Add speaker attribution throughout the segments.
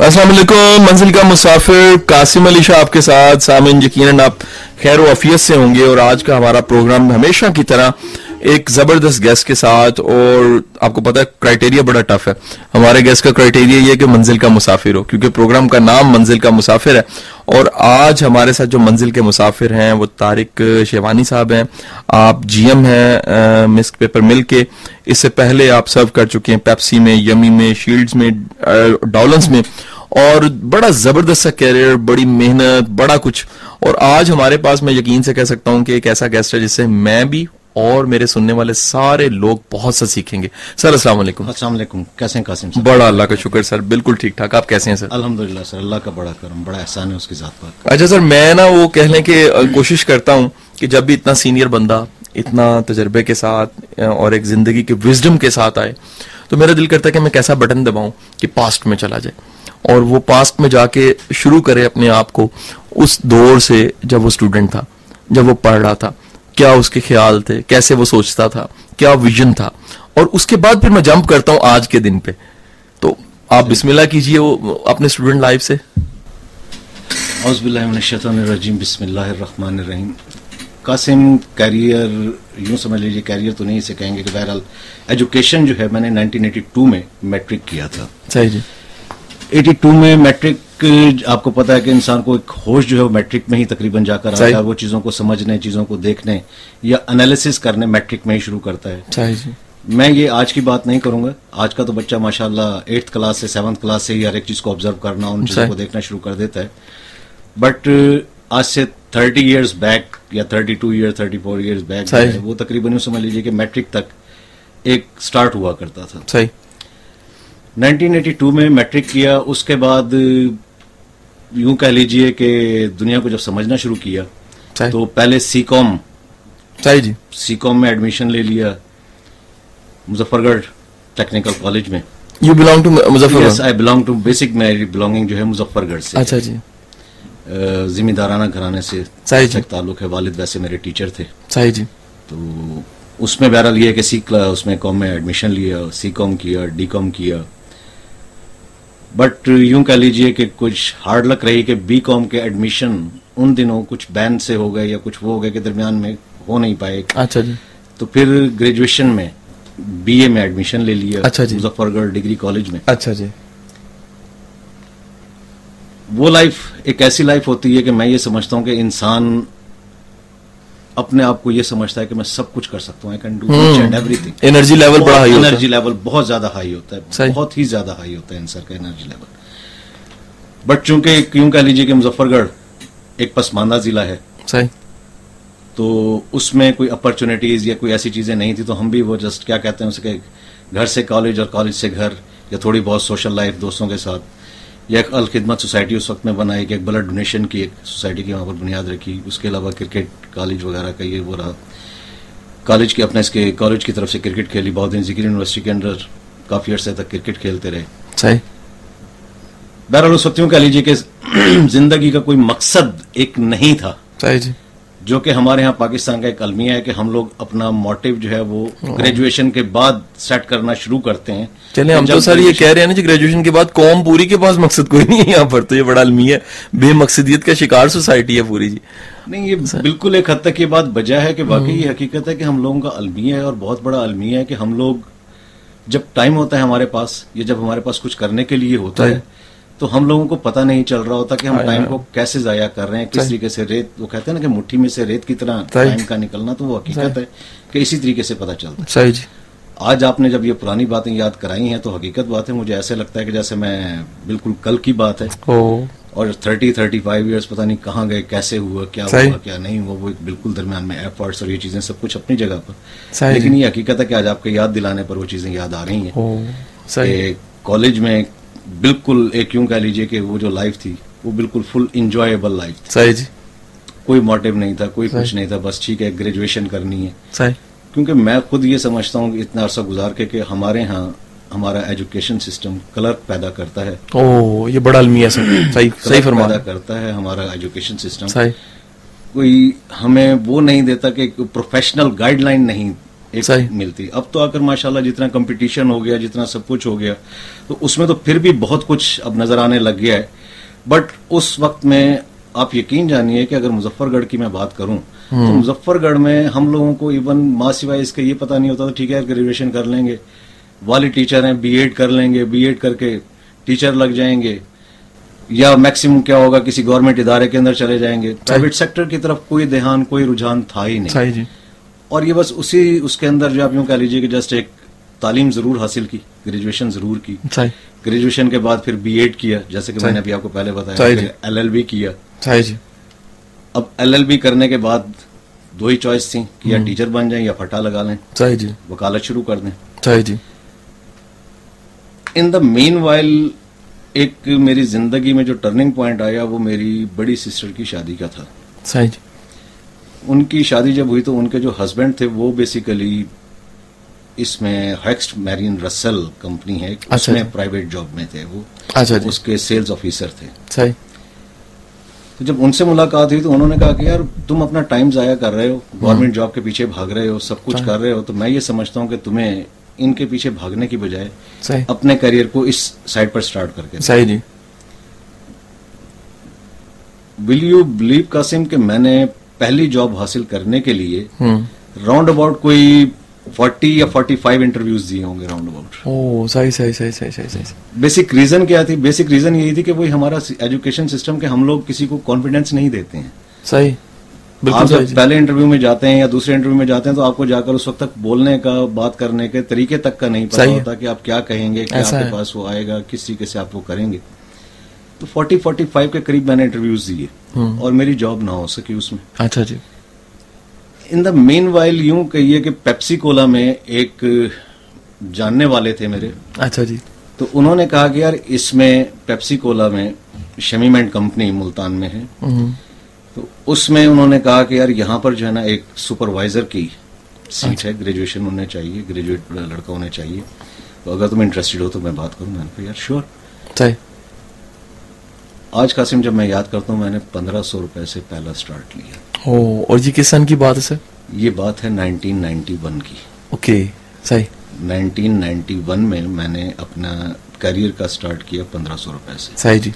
Speaker 1: السلام علیکم منزل کا مسافر قاسم علی شاہ آپ کے ساتھ سامن یقیناً آپ خیر و عفیت سے ہوں گے اور آج کا ہمارا پروگرام ہمیشہ کی طرح ایک زبردست گیسٹ کے ساتھ اور آپ کو پتا ہے کرائٹیریا بڑا ٹف ہے ہمارے گیسٹ کا کرائٹیریا یہ ہے کہ منزل کا مسافر ہو کیونکہ پروگرام کا نام منزل کا مسافر ہے اور آج ہمارے ساتھ جو منزل کے مسافر ہیں وہ طارق شیوانی صاحب ہیں آپ جی ایم ہیں مسک پیپر مل کے اس سے پہلے آپ سرو کر چکے ہیں پیپسی میں یمی میں شیلڈز میں ڈالنس میں اور بڑا زبردست سا کیریئر بڑی محنت بڑا کچھ اور آج ہمارے پاس میں یقین سے کہہ سکتا ہوں کہ ایک ایسا گیسٹ ہے جس سے میں بھی اور میرے سننے والے سارے لوگ بہت سا سیکھیں گے سر السلام علیکم
Speaker 2: السلام علیکم کیسے ہیں قاسم صاحب
Speaker 1: بڑا اللہ کا شکر سر بالکل ٹھیک ٹھاک آپ کیسے ہیں سر
Speaker 2: الحمدللہ سر اللہ کا بڑا کرم بڑا احسان ہے اس کی ذات پاک
Speaker 1: اچھا سر میں نا وہ کہنے کی کوشش کرتا ہوں کہ جب بھی اتنا سینئر بندہ اتنا تجربے کے ساتھ اور ایک زندگی کے وزڈم کے ساتھ آئے تو میرا دل کرتا ہے کہ میں کیسا بٹن دباؤں کہ پاسٹ میں چلا جائے اور وہ پاسٹ میں جا کے شروع کرے اپنے آپ کو اس دور سے جب وہ اسٹوڈنٹ تھا جب وہ پڑھ رہا تھا کیا اس کے خیال تھے کیسے وہ سوچتا تھا کیا ویژن تھا اور اس کے بعد پھر میں جمپ کرتا ہوں آج کے دن پہ تو آپ بسم اللہ کیجئے وہ اپنے اسٹوڈنٹ لائف سے
Speaker 2: اعوذ باللہ من الشیطان الرجیم بسم اللہ الرحمن الرحیم قاسم کیریئر یوں سمجھ لیجئے کیریئر تو نہیں اسے کہیں گے کہ بہرحال ایجوکیشن جو ہے میں نے 1982 میں میٹرک کیا تھا
Speaker 1: صحیح جی
Speaker 2: ایٹی ٹو میں میٹرک آپ کو پتا ہے کہ انسان کو ایک ہوش جو ہے وہ میٹرک میں ہی تقریباً جا کر آتا
Speaker 1: صحیح۔
Speaker 2: ہے وہ چیزوں کو سمجھنے چیزوں کو دیکھنے یا انالیسس کرنے میٹرک میں ہی شروع کرتا ہے
Speaker 1: صحیح جی
Speaker 2: میں یہ آج کی بات نہیں کروں گا آج کا تو بچہ ماشاء اللہ ایٹھ کلاس سے سیونتھ کلاس سے ہی ہر ایک چیز کو آبزرو کرنا ان چیزوں
Speaker 1: صحیح۔
Speaker 2: کو دیکھنا شروع کر دیتا ہے بٹ آج سے تھرٹی ایئرس بیک یا thirty two year thirty four years back
Speaker 1: صحیح۔
Speaker 2: وہ تقریباً یوں سمجھ لیجیے کہ میٹرک تک ایک سٹارٹ ہوا کرتا تھا
Speaker 1: صحیح
Speaker 2: نائنٹین ایٹی ٹو میں میٹرک کیا اس کے بعد آہ، یوں کہہ لیجئے کہ دنیا کو جب سمجھنا شروع کیا
Speaker 1: صحیح
Speaker 2: تو پہلے سی کام
Speaker 1: صحیح جی
Speaker 2: سی کام میں ایڈمیشن لے لیا مظفر گڑھ ٹیکنیکل کالج میں
Speaker 1: you belong to Muzaffar
Speaker 2: yes I belong to basic میری بلانگنگ جو ہے مظفر گڑھ سے
Speaker 1: اچھا جی
Speaker 2: آہ، ذمہ دارانہ گھرانے سے
Speaker 1: صحیح جی
Speaker 2: تک تعلق ہے والد ویسے میرے ٹیچر تھے
Speaker 1: صحیح جی
Speaker 2: تو اس میں بہرحال یہ ہے کہ سی کلا- اس میں کام میں ایڈمیشن لیا سی کام کیا ڈی کام کیا بٹ یوں کہہ لیجئے کہ کچھ ہارڈ لک رہی کہ بی کام کے ایڈمیشن ان دنوں کچھ بین سے ہو گئے یا کچھ وہ ہو گئے کہ درمیان میں ہو نہیں پائے
Speaker 1: اچھا جی
Speaker 2: تو پھر گریجویشن میں بی اے میں ایڈمیشن لے لیا
Speaker 1: اچھا جی۔
Speaker 2: مظفر گڑھ ڈگری کالج میں
Speaker 1: اچھا جی
Speaker 2: وہ لائف ایک ایسی لائف ہوتی ہے کہ میں یہ سمجھتا ہوں کہ انسان اپنے آپ کو یہ سمجھتا ہے کہ میں سب کچھ کر سکتا ہوں I can do and everything
Speaker 1: energy level بڑا ہائی ہوتا
Speaker 2: انرجی لیول بہت زیادہ ہائی ہوتا ہے
Speaker 1: صحیح۔
Speaker 2: بہت ہی زیادہ ہائی ہوتا ہے انسان کا انرجی لیول بٹ چونکہ کیوں کہہ لیجیے کہ مظفر گڑھ ایک پسماندہ ضلع ہے
Speaker 1: ہے صحیح
Speaker 2: تو اس میں کوئی اپرچونیٹیز یا کوئی ایسی چیزیں نہیں تھی تو ہم بھی وہ جسٹ کیا کہتے ہیں اسے کہ گھر سے کالج اور کالج سے گھر یا تھوڑی بہت سوشل لائف دوستوں کے ساتھ یا ایک الخدمت سوسائٹی اس وقت میں بنائی کہ ایک بلڈ ڈونیشن کی ایک سوسائٹی کی وہاں پر بنیاد رکھی اس کے علاوہ کرکٹ کالج وغیرہ کا یہ وہ رہا کالج کے اپنے اس کے کالج کی طرف سے کرکٹ کھیلی بہت دن ذکر یونیورسٹی کے اندر کافی عرصے تک کرکٹ کھیلتے رہے
Speaker 1: صحیح
Speaker 2: بہرحال اس وقت یوں کہہ لیجیے کہ زندگی کا کوئی مقصد ایک نہیں تھا
Speaker 1: صحیح جی
Speaker 2: جو کہ ہمارے ہاں پاکستان کا ایک المیہ ہے کہ ہم لوگ اپنا موٹو جو ہے وہ
Speaker 1: ہاں۔
Speaker 2: گریجویشن کے بعد سیٹ کرنا شروع کرتے ہیں
Speaker 1: چلیں ہم
Speaker 2: جب
Speaker 1: تو سر یہ
Speaker 2: graduation-
Speaker 1: کہہ رہے ہیں نا کہ گریجویشن کے بعد قوم پوری کے پاس مقصد کوئی نہیں ہے یہاں پر تو یہ بڑا علمی ہے بے مقصدیت کا شکار سوسائٹی ہے پوری جی
Speaker 2: نہیں یہ بالکل ایک حد تک یہ بات بجا ہے کہ واقعی
Speaker 1: ہاں۔
Speaker 2: یہ حقیقت ہے کہ ہم لوگوں کا المیہ ہے اور بہت بڑا المیہ ہے کہ ہم لوگ جب ٹائم ہوتا ہے ہمارے پاس یا جب ہمارے پاس کچھ کرنے کے لیے ہوتا
Speaker 1: ہاں۔
Speaker 2: ہے تو ہم لوگوں کو پتہ نہیں چل رہا ہوتا کہ ہم ٹائم کو کیسے ضائع کر رہے ہیں کس طریقے سے ریت وہ کہتے ہیں نا کہ مٹھی میں سے ریت کی طرح ٹائم کا نکلنا تو وہ حقیقت ہے کہ اسی طریقے سے پتہ چلتا ہے
Speaker 1: صحیح جی
Speaker 2: آج آپ نے جب یہ پرانی باتیں یاد کرائی ہیں تو حقیقت بات ہے مجھے ایسے لگتا ہے کہ جیسے میں بالکل کل کی بات ہے
Speaker 1: او
Speaker 2: اور تھرٹی تھرٹی فائیو ایئرس پتہ نہیں کہاں گئے کیسے ہوا کیا
Speaker 1: صحیح۔
Speaker 2: ہوا کیا نہیں ہوا وہ ایک بالکل درمیان میں ایفرٹس اور یہ چیزیں سب کچھ اپنی جگہ پر
Speaker 1: صحیح
Speaker 2: لیکن یہ حقیقت ہے کہ آج آپ کے یاد دلانے پر وہ چیزیں یاد آ رہی ہیں
Speaker 1: او صحیح
Speaker 2: کہ کالج میں بالکل ایک یوں کہہ لیجئے کہ وہ جو لائف تھی وہ بالکل فل انجوائیبل لائف تھی
Speaker 1: صحیح جی
Speaker 2: کوئی موٹو نہیں تھا کوئی کچھ نہیں تھا بس ٹھیک ہے گریجویشن کرنی ہے
Speaker 1: صحیح
Speaker 2: کیونکہ میں خود یہ سمجھتا ہوں کہ اتنا عرصہ گزار کے کہ ہمارے ہاں ہمارا ایجوکیشن سسٹم کلرک پیدا کرتا ہے
Speaker 1: او یہ بڑا علمی ہے سر صحیح صحیح
Speaker 2: کلرک
Speaker 1: فرما
Speaker 2: پیدا کرتا ہے ہمارا ایجوکیشن سسٹم
Speaker 1: صحیح
Speaker 2: کوئی ہمیں وہ نہیں دیتا کہ پروفیشنل گائیڈ لائن نہیں ایک
Speaker 1: صحیح۔
Speaker 2: ملتی اب تو آ کر ماشاءاللہ جتنا کمپٹیشن ہو گیا جتنا سب کچھ ہو گیا تو اس میں تو پھر بھی بہت کچھ اب نظر آنے لگ گیا ہے بٹ اس وقت میں آپ یقین جانیے کہ اگر مظفر گڑھ کی میں بات کروں تو مظفر گڑھ میں ہم لوگوں کو ایون ماں سوائے اس کا یہ پتہ نہیں ہوتا تھا ٹھیک ہے گریجویشن کر لیں گے والد ٹیچر ہیں بی ایڈ کر لیں گے بی ایڈ کر کے ٹیچر لگ جائیں گے یا میکسیمم کیا ہوگا کسی گورنمنٹ ادارے کے اندر چلے جائیں گے پرائیویٹ سیکٹر کی طرف کوئی دھیان کوئی رجحان تھا ہی نہیں
Speaker 1: صحیح جی
Speaker 2: اور یہ بس اسی اس کے اندر جو آپ یوں کہہ لیجیے کہ جسٹ ایک تعلیم ضرور حاصل کی گریجویشن ضرور کی
Speaker 1: صحیح
Speaker 2: گریجویشن کے بعد پھر بی ایڈ کیا جیسے کہ میں نے ابھی آپ کو پہلے
Speaker 1: صحیح
Speaker 2: بتایا
Speaker 1: جی۔
Speaker 2: ایل ایل بی کیا
Speaker 1: صحیح جی
Speaker 2: اب ایل ایل بی کرنے کے بعد دو ہی چوائس تھیں کہ یا ٹیچر بن جائیں یا پھٹا لگا لیں
Speaker 1: صحیح جی
Speaker 2: وکالت شروع کر دیں
Speaker 1: صحیح جی
Speaker 2: ان دا مین وائل ایک میری زندگی میں جو ٹرننگ پوائنٹ آیا وہ میری بڑی سسٹر کی شادی کا تھا
Speaker 1: صحیح جی
Speaker 2: ان کی شادی جب ہوئی تو ان کے جو ہسبینڈ تھے وہ بیسیکلی اس میں ہیکسٹ میرین رسل کمپنی ہے اس
Speaker 1: اچھا
Speaker 2: میں
Speaker 1: جی۔
Speaker 2: پرائیویٹ جاب میں تھے وہ
Speaker 1: اچھا جی
Speaker 2: اس کے سیلز آفیسر تھے
Speaker 1: صحیح
Speaker 2: تو جب ان سے ملاقات ہوئی تو انہوں نے کہا کہ یار تم اپنا ٹائم ضائع کر رہے ہو گورنمنٹ جاب کے پیچھے بھاگ رہے ہو سب
Speaker 1: اچھا۔
Speaker 2: کچھ کر رہے ہو تو میں یہ سمجھتا ہوں کہ تمہیں ان کے پیچھے بھاگنے کی بجائے
Speaker 1: صحیح
Speaker 2: اپنے کیریئر کو اس سائڈ پر سٹارٹ کر کے
Speaker 1: صحیح جی
Speaker 2: ول یو بلیو قاسم کہ میں نے پہلی جاب حاصل کرنے کے لیے
Speaker 1: ہوں
Speaker 2: راؤنڈ اباؤٹ کوئی فورٹی یا فورٹی فائیو انٹرویوز دیے ہوں گے راؤنڈ اباؤٹ
Speaker 1: او صحیح صحیح صحیح صحیح صحیح صحیح
Speaker 2: بیسک ریزن کیا تھی بیسک ریزن یہی تھی کہ وہی ہمارا ایجوکیشن سسٹم کہ ہم لوگ کسی کو کانفیڈینس نہیں دیتے ہیں
Speaker 1: صحیح
Speaker 2: آپ
Speaker 1: بالکل
Speaker 2: جب
Speaker 1: صحیح جی
Speaker 2: پہلے انٹرویو میں جاتے ہیں یا دوسرے انٹرویو میں جاتے ہیں تو آپ کو جا کر اس وقت تک بولنے کا بات کرنے کے طریقے تک کا نہیں پتا
Speaker 1: صحیح ہے۔
Speaker 2: ہوتا کہ آپ کیا کہیں گے کیا آپ
Speaker 1: ایسا
Speaker 2: کے
Speaker 1: ہے۔
Speaker 2: پاس وہ آئے گا کس طریقے سے آپ وہ کریں گے تو فورٹی فورٹی فائیو کے قریب میں نے انٹرویوز دیے
Speaker 1: ہوں
Speaker 2: اور میری جاب نہ ہو سکی اس میں
Speaker 1: اچھا جی
Speaker 2: ان دا مین وائل یوں کہیے کہ پیپسی کولا میں ایک جاننے والے تھے میرے
Speaker 1: اچھا جی
Speaker 2: تو انہوں نے کہا کہ یار اس میں پیپسی کولا میں شمیم اینڈ کمپنی ملتان میں ہے
Speaker 1: ہوں
Speaker 2: تو اس میں انہوں نے کہا کہ یار یہاں پر جو ہے نا ایک سپروائزر کی سیٹ ہے گریجویشن ہونے چاہیے گریجویٹ لڑکا ہونے چاہیے تو اگر تم انٹرسٹڈ ہو تو میں بات کروں میں نے کہا یار شیور
Speaker 1: صحیح
Speaker 2: آج قاسم جب میں یاد کرتا ہوں میں نے پندرہ سو روپے سے پہلا سٹارٹ لیا
Speaker 1: او اور یہ کس سن کی بات ہے سر
Speaker 2: یہ بات ہے نائنٹین نائنٹی ون کی
Speaker 1: اوکے صحیح
Speaker 2: نائنٹین نائنٹی ون میں میں نے اپنا کیریئر کا سٹارٹ کیا پندرہ سو روپے سے
Speaker 1: صحیح جی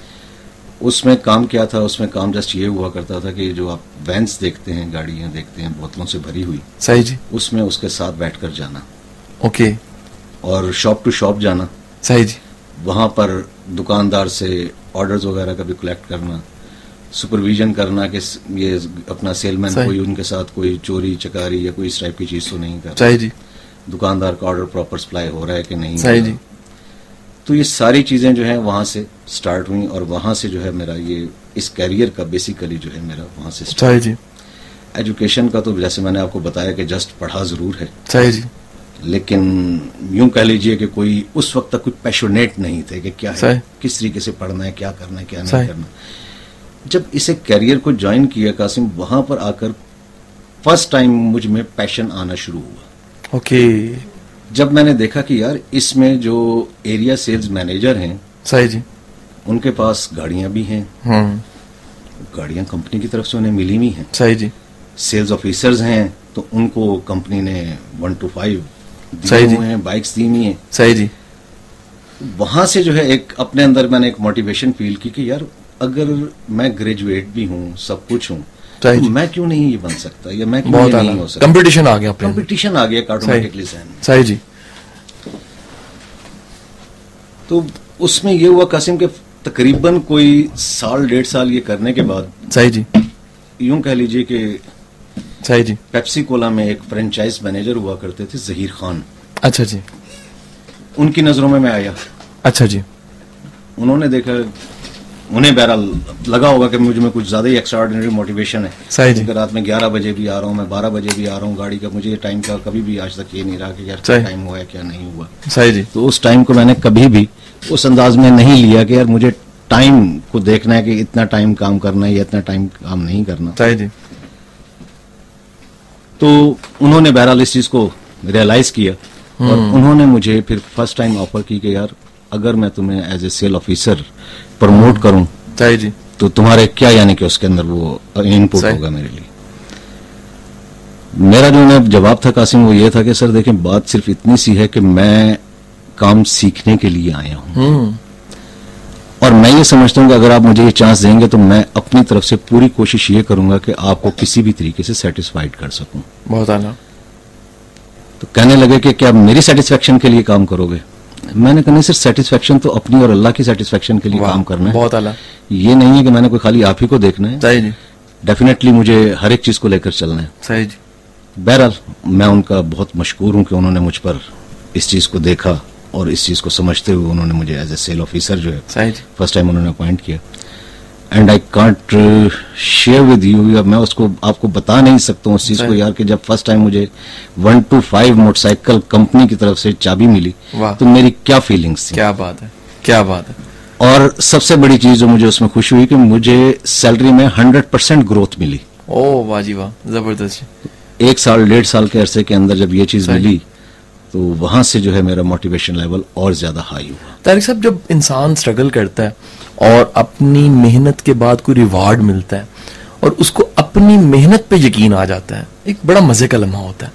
Speaker 2: اس میں کام کیا تھا اس میں کام جسٹ یہ ہوا کرتا تھا کہ جو آپ وینس دیکھتے ہیں گاڑیاں دیکھتے ہیں بوتلوں سے بھری ہوئی
Speaker 1: صحیح جی
Speaker 2: اس میں اس کے ساتھ بیٹھ کر جانا
Speaker 1: اوکے
Speaker 2: اور شاپ ٹو شاپ جانا
Speaker 1: صحیح جی
Speaker 2: وہاں پر دکاندار سے آرڈرز وغیرہ کا بھی کلیکٹ کرنا سپرویژن کرنا کہ س- یہ اپنا سیل مین
Speaker 1: صحیح۔
Speaker 2: کوئی ان کے ساتھ کوئی چوری چکاری یا کوئی اس ٹائپ کی چیز تو نہیں کر رہا
Speaker 1: صحیح جی
Speaker 2: دکاندار کا آرڈر پراپر سپلائی ہو رہا ہے کہ نہیں ہو
Speaker 1: صحیح
Speaker 2: رہا۔
Speaker 1: جی
Speaker 2: تو یہ ساری چیزیں جو ہیں وہاں سے سٹارٹ ہوئیں اور وہاں سے جو ہے میرا یہ اس کیریئر کا بیسیکلی جو ہے میرا وہاں سے start
Speaker 1: صحیح جی
Speaker 2: ایجوکیشن کا تو جیسے میں نے آپ کو بتایا کہ جسٹ پڑھا ضرور ہے
Speaker 1: صحیح جی
Speaker 2: لیکن یوں کہہ لیجئے کہ کوئی اس وقت تک کوئی پیشونیٹ نہیں تھے کہ کیا ہے
Speaker 1: صحیح۔
Speaker 2: کس طریقے سے پڑھنا ہے کیا کرنا ہے کیا نہیں
Speaker 1: صحیح۔
Speaker 2: کرنا جب اسے کیریئر کو جوائن کیا قاسم وہاں پر آ کر فرسٹ ٹائم مجھ میں پیشن آنا شروع ہوا
Speaker 1: اوکے
Speaker 2: جب میں نے دیکھا کہ یار اس میں جو ایریا سیلز مینیجر ہیں
Speaker 1: صحیح جی
Speaker 2: ان کے پاس گاڑیاں بھی ہیں
Speaker 1: ہوں
Speaker 2: گاڑیاں کمپنی کی طرف سے انہیں ملی ہوئی ہیں
Speaker 1: صحیح جی
Speaker 2: سیلز آفیسرز ہیں تو ان کو کمپنی نے ون ٹو فائیو
Speaker 1: صحیح
Speaker 2: دی
Speaker 1: جی۔
Speaker 2: ہوئے ہیں بائکس دی ہوئی ہیں
Speaker 1: صحیح جی
Speaker 2: وہاں سے جو ہے ایک اپنے اندر میں نے ایک موٹیویشن فیل کی کہ یار اگر میں گریجویٹ بھی ہوں سب کچھ ہوں
Speaker 1: صحیح
Speaker 2: تو
Speaker 1: جی۔
Speaker 2: میں کیوں نہیں یہ بن سکتا یا میں کیوں
Speaker 1: بہت
Speaker 2: یہ نہیں
Speaker 1: اعلیٰ
Speaker 2: ہو سکتا
Speaker 1: کمپٹیشن آ گیا آپ لوگوں
Speaker 2: کمپٹیشن آ گیا آٹومیٹکلی ذہن میں
Speaker 1: کا۔ صحیح جی
Speaker 2: تو اس میں یہ ہوا قاسم کہ تقریباً کوئی سال ڈیڑھ سال یہ کرنے کے بعد
Speaker 1: صحیح جی
Speaker 2: یوں کہہ لیجئے کہ
Speaker 1: صحیح جی
Speaker 2: پیپسی کولا میں ایک فرینچائز مینیجر ہوا کرتے تھے ظہیر خان
Speaker 1: اچھا جی
Speaker 2: ان کی نظروں میں میں آیا
Speaker 1: اچھا جی
Speaker 2: انہوں نے دیکھا انہیں بہرحال لگا ہوگا کہ مجھ میں کچھ زیادہ ہی ایکسٹرا آرڈینری موٹیویشن ہے
Speaker 1: صحیح جی
Speaker 2: کیونکہ رات میں گیارہ بجے بھی آ رہا ہوں میں بارہ بجے بھی آ رہا ہوں گاڑی کا مجھے یہ ٹائم کا کبھی بھی آج تک یہ نہیں رہا کہ یار کیا
Speaker 1: صحیح۔
Speaker 2: ٹائم ہوا ہے کیا نہیں ہوا
Speaker 1: صحیح جی
Speaker 2: تو اس ٹائم کو میں نے کبھی بھی اس انداز میں نہیں لیا کہ یار مجھے ٹائم کو دیکھنا ہے کہ اتنا ٹائم کام کرنا ہے یا اتنا ٹائم کام نہیں کرنا
Speaker 1: صحیح جی
Speaker 2: تو انہوں نے بہرحال اس چیز کو ریئلائز کیا اور انہوں نے مجھے پھر فرسٹ ٹائم آفر کی کہ یار اگر میں تمہیں as a sale officer promote کروں
Speaker 1: صحیح جی
Speaker 2: تو تمہارے کیا یعنی کہ اس کے اندر وہ ان پٹ
Speaker 1: صحیح۔
Speaker 2: ہوگا میرے لیے میرا جو انہیں جواب تھا قاسم وہ یہ تھا کہ سر دیکھیں بات صرف اتنی سی ہے کہ میں کام سیکھنے کے لیے آیا ہوں اور میں یہ سمجھتا ہوں کہ اگر آپ مجھے یہ چانس دیں گے تو میں اپنی طرف سے پوری کوشش یہ کروں گا کہ آپ کو کسی بھی طریقے سے سیٹسفائڈ کر سکوں
Speaker 1: بہت اعلیٰ
Speaker 2: تو کہنے لگے کہ کیا آپ میری سیٹسفیکشن کے لیے کام کرو گے میں نے کہا نہیں سر سیٹسفیکشن تو اپنی اور اللہ کی سیٹسفیکشن کے لیے کام کرنا ہے
Speaker 1: بہت اعلیٰ
Speaker 2: یہ نہیں ہے کہ میں نے کوئی خالی آپ ہی کو دیکھنا ہے
Speaker 1: صحیح جی
Speaker 2: ڈیفینیٹلی مجھے ہر ایک چیز کو لے کر چلنا ہے
Speaker 1: صحیح جی
Speaker 2: بہرحال میں ان کا بہت مشکور ہوں کہ انہوں نے مجھ پر اس چیز کو دیکھا اور اس چیز کو سمجھتے ہوئے انہوں نے مجھے ایز اے سیل آفیسر جو ہے
Speaker 1: صحیح جی
Speaker 2: فرسٹ ٹائم انہوں نے اپوائنٹ کیا and I can't share with you اب میں اس کو آپ کو بتا نہیں سکتا ہوں اس چیز کو
Speaker 1: Right.
Speaker 2: یار کہ جب فرسٹ ٹائم مجھے one two five motorcycle company کی طرف سے چابی ملی
Speaker 1: واہ.
Speaker 2: تو میری کیا فیلنگس تھی
Speaker 1: کیا بات ہے کیا بات ہے
Speaker 2: اور سب سے بڑی چیز جو مجھے اس میں خوش ہوئی کہ مجھے سیلری میں ہنڈریڈ پرسینٹ گروتھ ملی
Speaker 1: او واہ جی واہ زبردست جی
Speaker 2: ایک سال ڈیڑھ سال کے عرصے کے اندر جب یہ چیز
Speaker 1: صحیح۔
Speaker 2: ملی تو وہاں سے جو ہے میرا موٹیویشن لیول اور زیادہ ہائی ہوا
Speaker 1: طارق صاحب جب انسان سٹرگل کرتا ہے اور اپنی محنت کے بعد کوئی ریوارڈ ملتا ہے اور اس کو اپنی محنت پہ یقین آ جاتا ہے ایک بڑا مزے کا لمحہ ہوتا ہے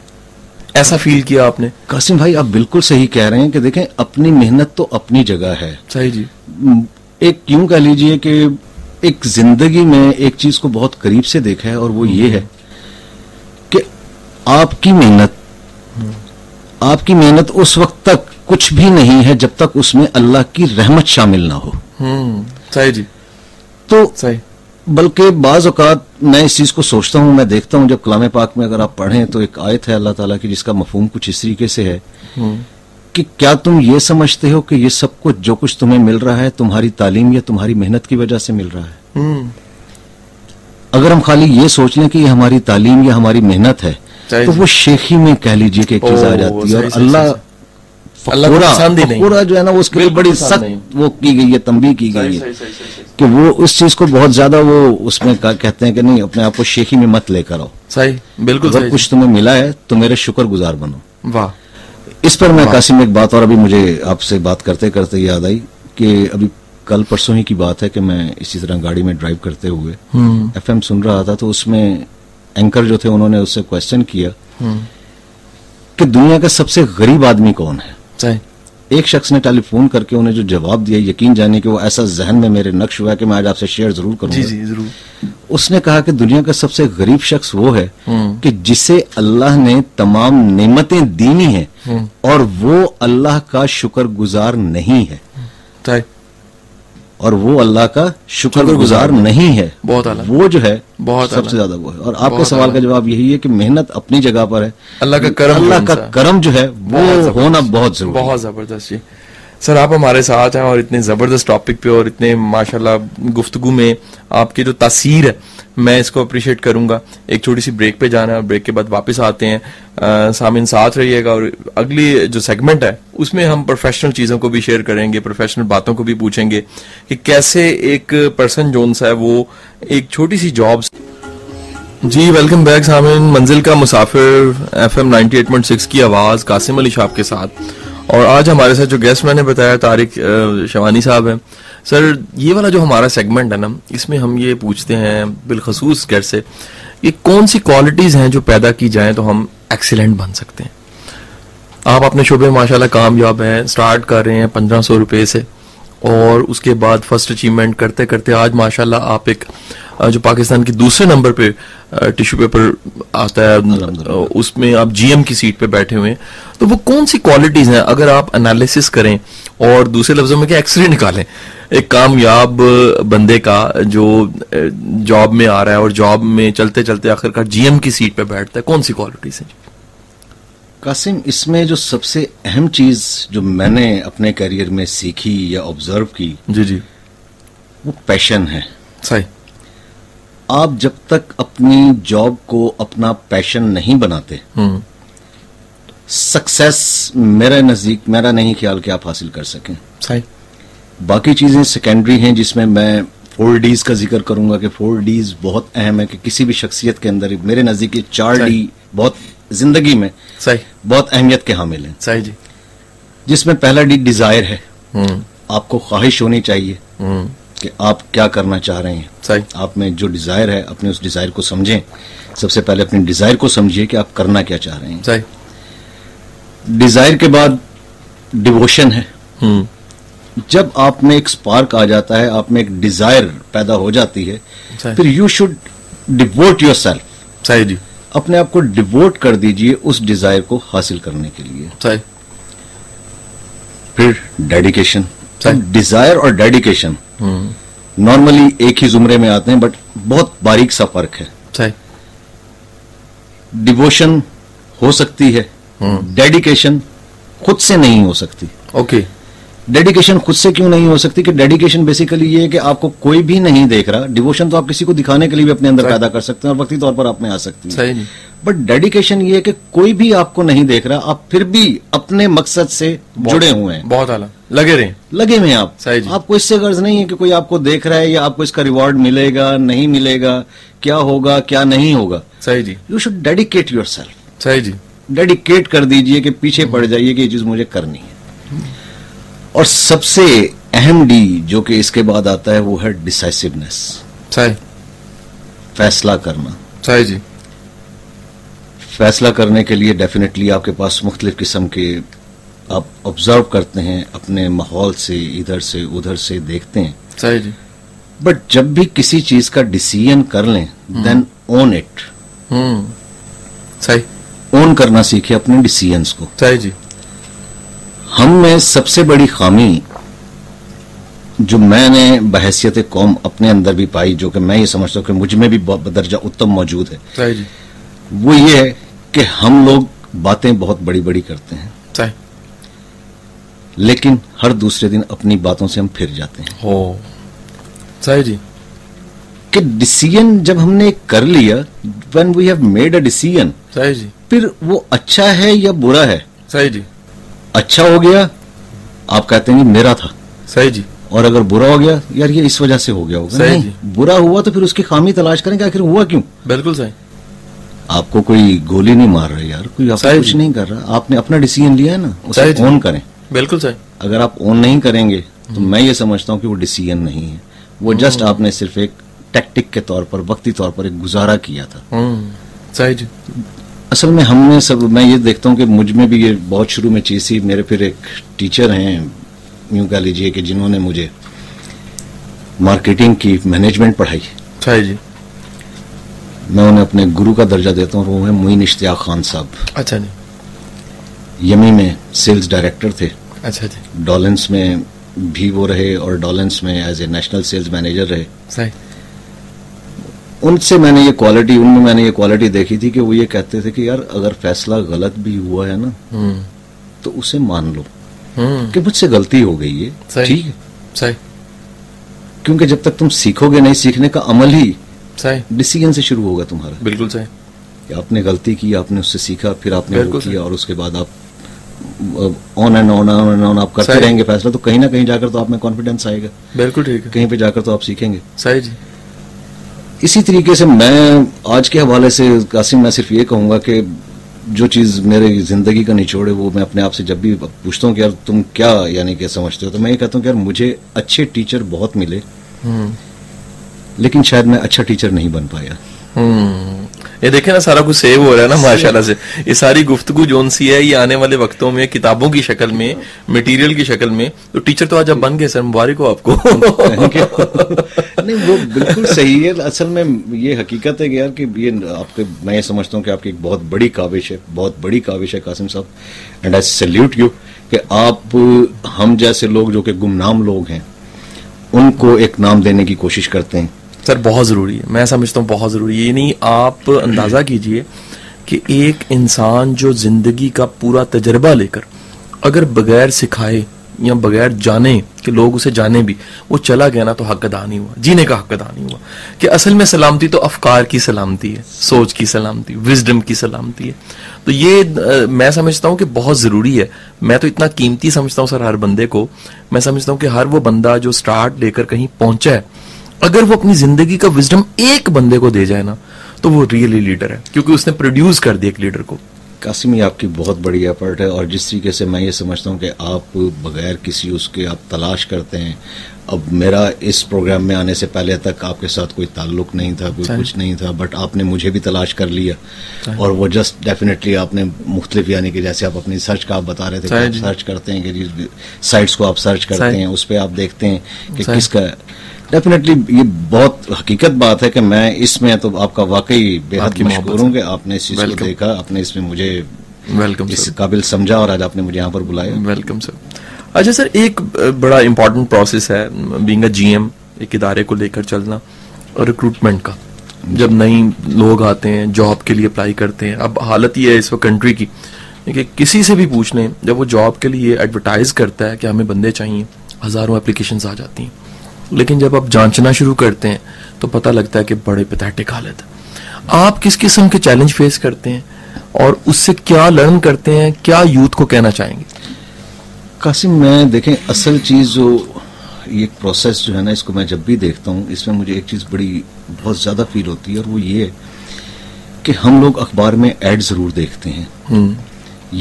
Speaker 1: ایسا فیل کیا آپ نے
Speaker 2: قاسم بھائی آپ بالکل صحیح کہہ رہے ہیں کہ دیکھیں اپنی محنت تو اپنی جگہ ہے
Speaker 1: صحیح جی
Speaker 2: ایک کیوں کہہ لیجئے کہ ایک زندگی میں ایک چیز کو بہت قریب سے دیکھا ہے اور وہ یہ ہے کہ آپ کی محنت آپ کی محنت اس وقت تک کچھ بھی نہیں ہے جب تک اس میں اللہ کی رحمت شامل نہ ہو
Speaker 1: ہوں صحیح جی
Speaker 2: تو
Speaker 1: صحیح
Speaker 2: بلکہ بعض اوقات میں اس چیز کو سوچتا ہوں میں دیکھتا ہوں جب کلام پاک میں اگر آپ پڑھیں تو ایک آیت ہے اللہ تعالیٰ کی جس کا مفہوم کچھ اس طریقے سے ہے کہ کیا تم یہ سمجھتے ہو کہ یہ سب کچھ جو کچھ تمہیں مل رہا ہے تمہاری تعلیم یا تمہاری محنت کی وجہ سے مل رہا ہے
Speaker 1: ہوں
Speaker 2: اگر ہم خالی یہ سوچ لیں کہ یہ ہماری تعلیم یا ہماری محنت ہے
Speaker 1: صحیح
Speaker 2: تو
Speaker 1: جی۔
Speaker 2: وہ شیخی میں کہہ لیجئے کہ ایک چیز آ
Speaker 1: اوہ،
Speaker 2: جاتی ہے اور
Speaker 1: صحیح، صحیح،
Speaker 2: اللہ
Speaker 1: صحیح۔ اللہ کو
Speaker 2: فقورہ
Speaker 1: پسند ہی نہیں۔
Speaker 2: فقورہ جو ہے نا وہ اس کے لیے
Speaker 1: بالکل
Speaker 2: بڑی
Speaker 1: پسند
Speaker 2: سخت
Speaker 1: نہیں۔
Speaker 2: وہ کی گئی ہے تنبیہ کی گئی ہے کہ وہ اس چیز کو بہت زیادہ وہ اس میں کا- کہتے ہیں کہ نہیں اپنے آپ کو شیخی میں مت لے کر آؤ
Speaker 1: صحیح بالکل
Speaker 2: اگر
Speaker 1: صحیح
Speaker 2: کچھ تمہیں ملا ہے تو میرے شکر گزار بنو
Speaker 1: جی۔ واہ
Speaker 2: اس پر میں قاسم ایک بات اور ابھی مجھے آپ سے بات کرتے کرتے یاد آئی کہ ابھی کل پرسوں ہی کی بات ہے کہ میں اسی طرح گاڑی میں ڈرائیو کرتے ہوئے
Speaker 1: ہوں
Speaker 2: ایف ایم سن رہا تھا تو اس میں اینکر جو تھے انہوں نے اس سے کوشچن کیا
Speaker 1: ہوں
Speaker 2: کہ دنیا کا سب سے غریب آدمی کون ہے
Speaker 1: صحیح
Speaker 2: ایک شخص نے ٹیلی فون کر کے انہیں جو جواب دیا یقین جانے کہ وہ ایسا ذہن میں میرے نقش ہوا ہے کہ میں آج آپ سے شیئر ضرور کروں
Speaker 1: جی
Speaker 2: گا
Speaker 1: جی ضرور
Speaker 2: اس نے کہا کہ دنیا کا سب سے غریب شخص وہ ہے
Speaker 1: ہوں
Speaker 2: کہ جسے اللہ نے تمام نعمتیں دینی ہیں اور وہ اللہ کا شکر گزار نہیں ہے
Speaker 1: صحیح
Speaker 2: اور وہ اللہ کا شکر گزار نہیں ہے
Speaker 1: بہت اعلیٰ
Speaker 2: وہ جو ہے
Speaker 1: بہت
Speaker 2: سب
Speaker 1: اعلیٰ۔
Speaker 2: سے زیادہ وہ ہے اور آپ کے سوال کا جواب یہی ہے کہ محنت اپنی جگہ پر ہے
Speaker 1: اللہ کا کرم
Speaker 2: اللہ
Speaker 1: جو
Speaker 2: کا
Speaker 1: ان سے-
Speaker 2: کرم جو ہے وہ
Speaker 1: بہت زبردست۔
Speaker 2: ہونا بہت ضروری ہے
Speaker 1: بہت زبردست جی سر آپ ہمارے ساتھ ہیں اور اتنے زبردست ٹاپک پہ اور اتنے ماشاءاللہ گفتگو میں آپ کی جو تاثیر ہے میں اس کو اپریشیٹ کروں گا ایک چھوٹی سی بریک پہ جانا ہے اور بریک کے بعد واپس آتے ہیں آ، سامن ساتھ رہیے گا اور اگلی جو سیگمنٹ ہے اس میں ہم پروفیشنل چیزوں کو بھی شیئر کریں گے پروفیشنل باتوں کو بھی پوچھیں گے کہ کیسے ایک پرسن جون سا ہے وہ ایک چھوٹی سی جاب جی ویلکم بیک سامعین منزل کا مسافر F M ninety eight point six کی آواز قاسم علی شاہ کے ساتھ اور آج ہمارے ساتھ جو گیسٹ میں نے بتایا طارق اہ، شوانی صاحب ہیں سر یہ والا جو ہمارا سیگمنٹ ہے نا اس میں ہم یہ پوچھتے ہیں بالخصوص گیسٹ سے یہ کون سی کوالٹیز ہیں جو پیدا کی جائیں تو ہم ایکسیلنٹ بن سکتے ہیں آپ اپنے شعبے میں ماشاء اللہ کامیاب ہیں سٹارٹ کر رہے ہیں پندرہ سو روپے سے اور اس کے بعد فرسٹ اچیومنٹ کرتے کرتے آج ماشاء اللہ آپ ایک آ، جو پاکستان کی دوسرے نمبر پہ ٹیشو پیپر آتا ہے آ، اس میں آپ جی ایم کی سیٹ پہ بیٹھے ہوئے ہیں تو وہ کون سی کوالٹیز ہیں اگر آپ انالیسس کریں اور دوسرے لفظوں میں کیا ایکسرے نکالیں ایک کامیاب آ، بندے کا جو آ، جاب میں آ رہا ہے اور جاب میں چلتے چلتے آخر کار جی ایم کی سیٹ پہ بیٹھتا ہے کون سی کوالٹیز ہیں
Speaker 2: قاسم اس میں جو سب سے اہم چیز جو میں نے اپنے کیریئر میں سیکھی یا آبزرو کی
Speaker 1: جی جی
Speaker 2: وہ پیشن ہے
Speaker 1: صحیح
Speaker 2: آپ جب تک اپنی جاب کو اپنا پیشن نہیں بناتے
Speaker 1: ہوں
Speaker 2: سکسیس میرے نزدیک میرا نہیں خیال کہ آپ حاصل کر سکیں
Speaker 1: صحیح
Speaker 2: باقی چیزیں سیکنڈری ہیں جس میں میں فور ڈیز کا ذکر کروں گا کہ فور ڈیز بہت اہم ہے کہ کسی بھی شخصیت کے اندر میرے نزدیک یہ چار ڈی بہت زندگی میں
Speaker 1: صحیح
Speaker 2: بہت اہمیت کے حامل ہیں
Speaker 1: صحیح جی
Speaker 2: جس میں پہلا ڈی ڈیزائر ہے
Speaker 1: ہوں
Speaker 2: آپ کو خواہش ہونی چاہیے
Speaker 1: ہوں
Speaker 2: کہ آپ کیا کرنا چاہ رہے ہیں
Speaker 1: صحیح
Speaker 2: آپ میں جو ڈیزائر ہے اپنے اس ڈیزائر کو سمجھیں سب سے پہلے اپنے ڈیزائر کو سمجھیے کہ آپ کرنا کیا چاہ رہے ہیں
Speaker 1: صحیح
Speaker 2: ڈیزائر کے بعد ڈیووشن ہے
Speaker 1: ہوں
Speaker 2: جب آپ میں ایک سپارک آ جاتا ہے آپ میں ایک ڈیزائر پیدا ہو جاتی ہے
Speaker 1: صحیح.
Speaker 2: پھر you should devote yourself
Speaker 1: صحیح جی
Speaker 2: اپنے آپ کو ڈیووٹ کر دیجئے اس ڈیزائر کو حاصل کرنے کے لیے
Speaker 1: صحیح
Speaker 2: پھر ڈیڈیکیشن
Speaker 1: صحیح.
Speaker 2: ڈیزائر اور ڈیڈیکیشن
Speaker 1: ہوں
Speaker 2: نارملی ایک ہی زمرے میں آتے ہیں بٹ بہت باریک سا فرق ہے
Speaker 1: صحیح
Speaker 2: ڈیووشن ہو سکتی ہے
Speaker 1: ہوں
Speaker 2: ڈیڈیکیشن خود سے نہیں ہو سکتی
Speaker 1: اوکے
Speaker 2: ڈیڈیکیشن خود سے کیوں نہیں ہو سکتی کہ ڈیڈیکیشن بیسیکلی یہ ہے کہ آپ کو کوئی بھی نہیں دیکھ رہا ڈیووشن تو آپ کسی کو دکھانے کے لیے بھی اپنے اندر
Speaker 1: Right.
Speaker 2: پیدا کر سکتے ہیں اور وقتی طور پر آپ میں آ سکتی ہے
Speaker 1: صحیح جی
Speaker 2: بٹ ڈیڈیکیشن یہ ہے کہ کوئی بھی آپ کو نہیں دیکھ رہا آپ پھر بھی اپنے مقصد سے جڑے ہوئے ہیں
Speaker 1: بہت اعلیٰ لگے رہیں
Speaker 2: لگے ہوئے ہیں آپ
Speaker 1: صحیح جی۔
Speaker 2: آپ کو اس سے غرض نہیں ہے کہ کوئی آپ کو دیکھ رہا ہے یا آپ کو اس کا ریوارڈ ملے گا نہیں ملے گا کیا ہوگا کیا نہیں ہوگا
Speaker 1: صحیح جی
Speaker 2: you should dedicate yourself
Speaker 1: صحیح جی
Speaker 2: ڈیڈیکیٹ کر دیجئے کہ پیچھے پڑ
Speaker 1: Hmm.
Speaker 2: جائیے کہ یہ چیز مجھے کرنی ہے اور سب سے اہم ڈی جو کہ اس کے بعد آتا ہے وہ ہے ڈسائسونیس
Speaker 1: صحیح
Speaker 2: فیصلہ کرنا
Speaker 1: صحیح جی
Speaker 2: فیصلہ کرنے کے لیے ڈیفینیٹلی آپ کے پاس مختلف قسم کے آپ آبزرو کرتے ہیں اپنے ماحول سے ادھر سے ادھر سے دیکھتے ہیں
Speaker 1: صحیح جی
Speaker 2: بٹ جب بھی کسی چیز کا ڈسیزن کر لیں دین اون اٹ
Speaker 1: ہوں صحیح
Speaker 2: اون کرنا سیکھیں اپنے ڈسیزنس کو
Speaker 1: صحیح جی
Speaker 2: ہم میں سب سے بڑی خامی جو میں نے بحیثیت قوم اپنے اندر بھی پائی جو کہ میں یہ سمجھتا ہوں کہ مجھ میں بھی بہت بدرجہ اتم موجود ہے
Speaker 1: صحیح جی
Speaker 2: وہ یہ ہے کہ ہم لوگ باتیں بہت بڑی بڑی کرتے ہیں
Speaker 1: صحیح
Speaker 2: لیکن ہر دوسرے دن اپنی باتوں سے ہم پھر جاتے ہیں
Speaker 1: ہو صحیح جی
Speaker 2: کہ ڈسیزن جب ہم نے کر لیا when we have made a decision
Speaker 1: صحیح جی
Speaker 2: پھر وہ اچھا ہے یا برا ہے
Speaker 1: صحیح جی
Speaker 2: اچھا ہو گیا آپ کہتے ہیں کہ میرا تھا
Speaker 1: صحیح جی
Speaker 2: اور اگر برا ہو گیا یار یہ اس وجہ سے ہو گیا ہوگا
Speaker 1: صحیح
Speaker 2: نہیں
Speaker 1: جی۔
Speaker 2: برا ہوا تو پھر اس کی خامی تلاش کریں کہ آخر ہوا کیوں
Speaker 1: بالکل صحیح
Speaker 2: آپ کو کوئی گولی نہیں مار رہا یار کوئی آپ کو
Speaker 1: صحیح
Speaker 2: کچھ
Speaker 1: جی۔
Speaker 2: نہیں کر رہا آپ نے اپنا ڈیسیزن لیا ہے نا اسے
Speaker 1: صحیح جی۔
Speaker 2: اون کریں
Speaker 1: بالکل صحیح
Speaker 2: اگر آپ اون نہیں کریں گے تو میں یہ سمجھتا ہوں کہ وہ ڈیسیزن نہیں ہے وہ جسٹ آپ نے صرف ایک ٹیکٹک کے طور پر وقتی طور پر ایک گزارا کیا تھا
Speaker 1: ہوں صحیح جی
Speaker 2: اصل میں ہم نے سب میں یہ دیکھتا ہوں کہ مجھ میں بھی یہ بہت شروع میں چیز تھی میرے پھر ایک ٹیچر ہیں یوں کہہ لیجئے کہ جنہوں نے مجھے مارکیٹنگ کی مینجمنٹ پڑھائی
Speaker 1: صحیح جی
Speaker 2: میں انہیں اپنے گرو کا درجہ دیتا ہوں اور وہ ہیں معین اشتیاق خان صاحب
Speaker 1: اچھا جی
Speaker 2: یمی میں سیلز ڈائریکٹر تھے
Speaker 1: اچھا جی
Speaker 2: ڈالنس میں بھی وہ رہے اور ڈالنس میں as a national sales manager رہے
Speaker 1: صحیح
Speaker 2: ان سے میں نے یہ کوالٹی ان میں میں نے یہ کوالٹی دیکھی تھی کہ وہ یہ کہتے تھے کہ یار اگر فیصلہ غلط بھی ہوا ہے نا
Speaker 1: ہوں
Speaker 2: تو اسے مان لو
Speaker 1: ہوں
Speaker 2: کہ مجھ سے غلطی ہو گئی ہے
Speaker 1: صحیح۔
Speaker 2: ٹھیک ہے
Speaker 1: صحیح
Speaker 2: کیونکہ جب تک تم سیکھو گے نہیں سیکھنے کا عمل ہی
Speaker 1: صحیح
Speaker 2: ڈسیزن سے شروع ہوگا تمہارا
Speaker 1: بالکل صحیح
Speaker 2: کہ آپ نے غلطی کی آپ نے اس سے سیکھا پھر آپ نے وہ
Speaker 1: بالکل
Speaker 2: کیا اور اس کے بعد آپ on and on on and on آپ کرتے
Speaker 1: صحیح۔
Speaker 2: رہیں گے فیصلہ تو کہیں نہ کہیں جا کر تو آپ میں کانفیڈنس آئے گا
Speaker 1: بالکل ٹھیک ہے
Speaker 2: کہیں پہ جا کر تو آپ سیکھیں گے
Speaker 1: صحیح جی
Speaker 2: اسی طریقے سے میں آج کے حوالے سے قاسم میں صرف یہ کہوں گا کہ جو چیز میرے زندگی کا نچوڑ ہے وہ میں اپنے آپ سے جب بھی پوچھتا ہوں کہ یار تم کیا یعنی کہ سمجھتے ہو تو میں یہ کہتا ہوں کہ یار مجھے اچھے ٹیچر بہت ملے
Speaker 1: ہوں
Speaker 2: لیکن شاید میں اچھا ٹیچر نہیں بن پایا
Speaker 1: ہوں یہ دیکھیں نا سارا کچھ سیو ہو رہا ہے نا ماشاء اللہ سے یہ ساری گفتگو جون سی ہے یہ آنے والے وقتوں میں کتابوں کی شکل میں مٹیریل کی شکل میں تو ٹیچر تو آج آپ بن گئے سر مبارک ہو آپ کو
Speaker 2: نہیں وہ بالکل صحیح ہے اصل میں یہ حقیقت ہے کہ یار کہ یہ آپ کے میں یہ سمجھتا ہوں کہ آپ کی ایک بہت بڑی کاوش ہے بہت بڑی کاوش ہے قاسم صاحب اینڈ آئی سیلیوٹ یو کہ آپ ہم جیسے لوگ جو کہ گمنام لوگ ہیں ان کو ایک نام دینے کی کوشش کرتے ہیں
Speaker 1: سر بہت ضروری ہے میں سمجھتا ہوں بہت ضروری ہے یعنی آپ اندازہ کیجئے کہ ایک انسان جو زندگی کا پورا تجربہ لے کر اگر بغیر سکھائے یا بغیر جانے کہ لوگ اسے جانے بھی وہ چلا گیا نا تو حق ادا نہیں ہوا جینے کا حق ادا نہیں ہوا کہ اصل میں سلامتی تو افکار کی سلامتی ہے سوچ کی سلامتی وزڈم کی سلامتی ہے تو یہ اہ، میں سمجھتا ہوں کہ بہت ضروری ہے میں تو اتنا قیمتی سمجھتا ہوں سر ہر بندے کو میں سمجھتا ہوں کہ ہر وہ بندہ جو سٹارٹ لے کر کہیں پہنچا ہے اگر وہ اپنی زندگی کا وزڈم ایک بندے کو دے جائے نا تو وہ ریئلی لیڈر ہے کیونکہ اس نے پروڈیوس کر دی ایک لیڈر کو
Speaker 2: قاسم یہ آپ کی بہت بڑی ایفرٹ ہے اور جس طریقے سے میں یہ سمجھتا ہوں کہ آپ بغیر کسی اس کے آپ تلاش کرتے ہیں اب میرا اس پروگرام میں آنے سے پہلے تک آپ کے ساتھ کوئی تعلق نہیں تھا کوئی
Speaker 1: صحیح۔
Speaker 2: کچھ نہیں تھا بٹ آپ نے مجھے بھی تلاش کر لیا اور وہ جسٹ ڈیفینیٹلی آپ نے مختلف یعنی کہ جیسے آپ اپنی سرچ کا آپ بتا رہے تھے کہ
Speaker 1: صحیح
Speaker 2: آپ
Speaker 1: جی۔
Speaker 2: سرچ کرتے ہیں کہ جی سائٹس کو آپ سرچ کرتے
Speaker 1: صحیح۔
Speaker 2: ہیں اس پہ آپ دیکھتے ہیں کہ
Speaker 1: صحیح۔
Speaker 2: کس کا ڈیفینیٹلی یہ بہت حقیقت بات ہے کہ میں اس میں تو آپ کا واقعی بے
Speaker 1: آپ
Speaker 2: حد
Speaker 1: کی
Speaker 2: مشکور
Speaker 1: محبت
Speaker 2: ہوں
Speaker 1: ہے۔
Speaker 2: کہ آپ نے اس چیز کو
Speaker 1: Welcome۔
Speaker 2: دیکھا آپ نے اس میں مجھے
Speaker 1: ویلکم
Speaker 2: اس قابل سمجھا اور آج آپ نے مجھے یہاں پر بلایا
Speaker 1: ویلکم سر اچھا سر ایک بڑا امپورٹنٹ پروسیس ہے بینگ اے جی ایم ایک ادارے کو لے کر چلنا اور ریکروٹمنٹ کا جب نئی لوگ آتے ہیں جاب کے لیے اپلائی کرتے ہیں اب حالت یہ ہے اس وقت کنٹری کی کہ کسی سے بھی پوچھ لیں جب وہ جاب کے لیے ایڈورٹائز کرتا ہے کہ ہمیں بندے چاہیے ہزاروں اپلیکیشنز آ جاتی ہیں لیکن جب آپ جانچنا شروع کرتے ہیں تو پتہ لگتا ہے کہ بڑے پیتھیٹک حالت ہے آپ کس قسم کے چیلنج فیس کرتے ہیں اور اس سے کیا لرن کرتے ہیں کیا یوتھ کو کہنا چاہیں گے
Speaker 2: قاسم میں دیکھیں اصل چیز جو یہ پروسیس جو ہے نا اس کو میں جب بھی دیکھتا ہوں اس میں مجھے ایک چیز بڑی بہت زیادہ فیل ہوتی ہے اور وہ یہ ہے کہ ہم لوگ اخبار میں ایڈ ضرور دیکھتے ہیں
Speaker 1: ہوں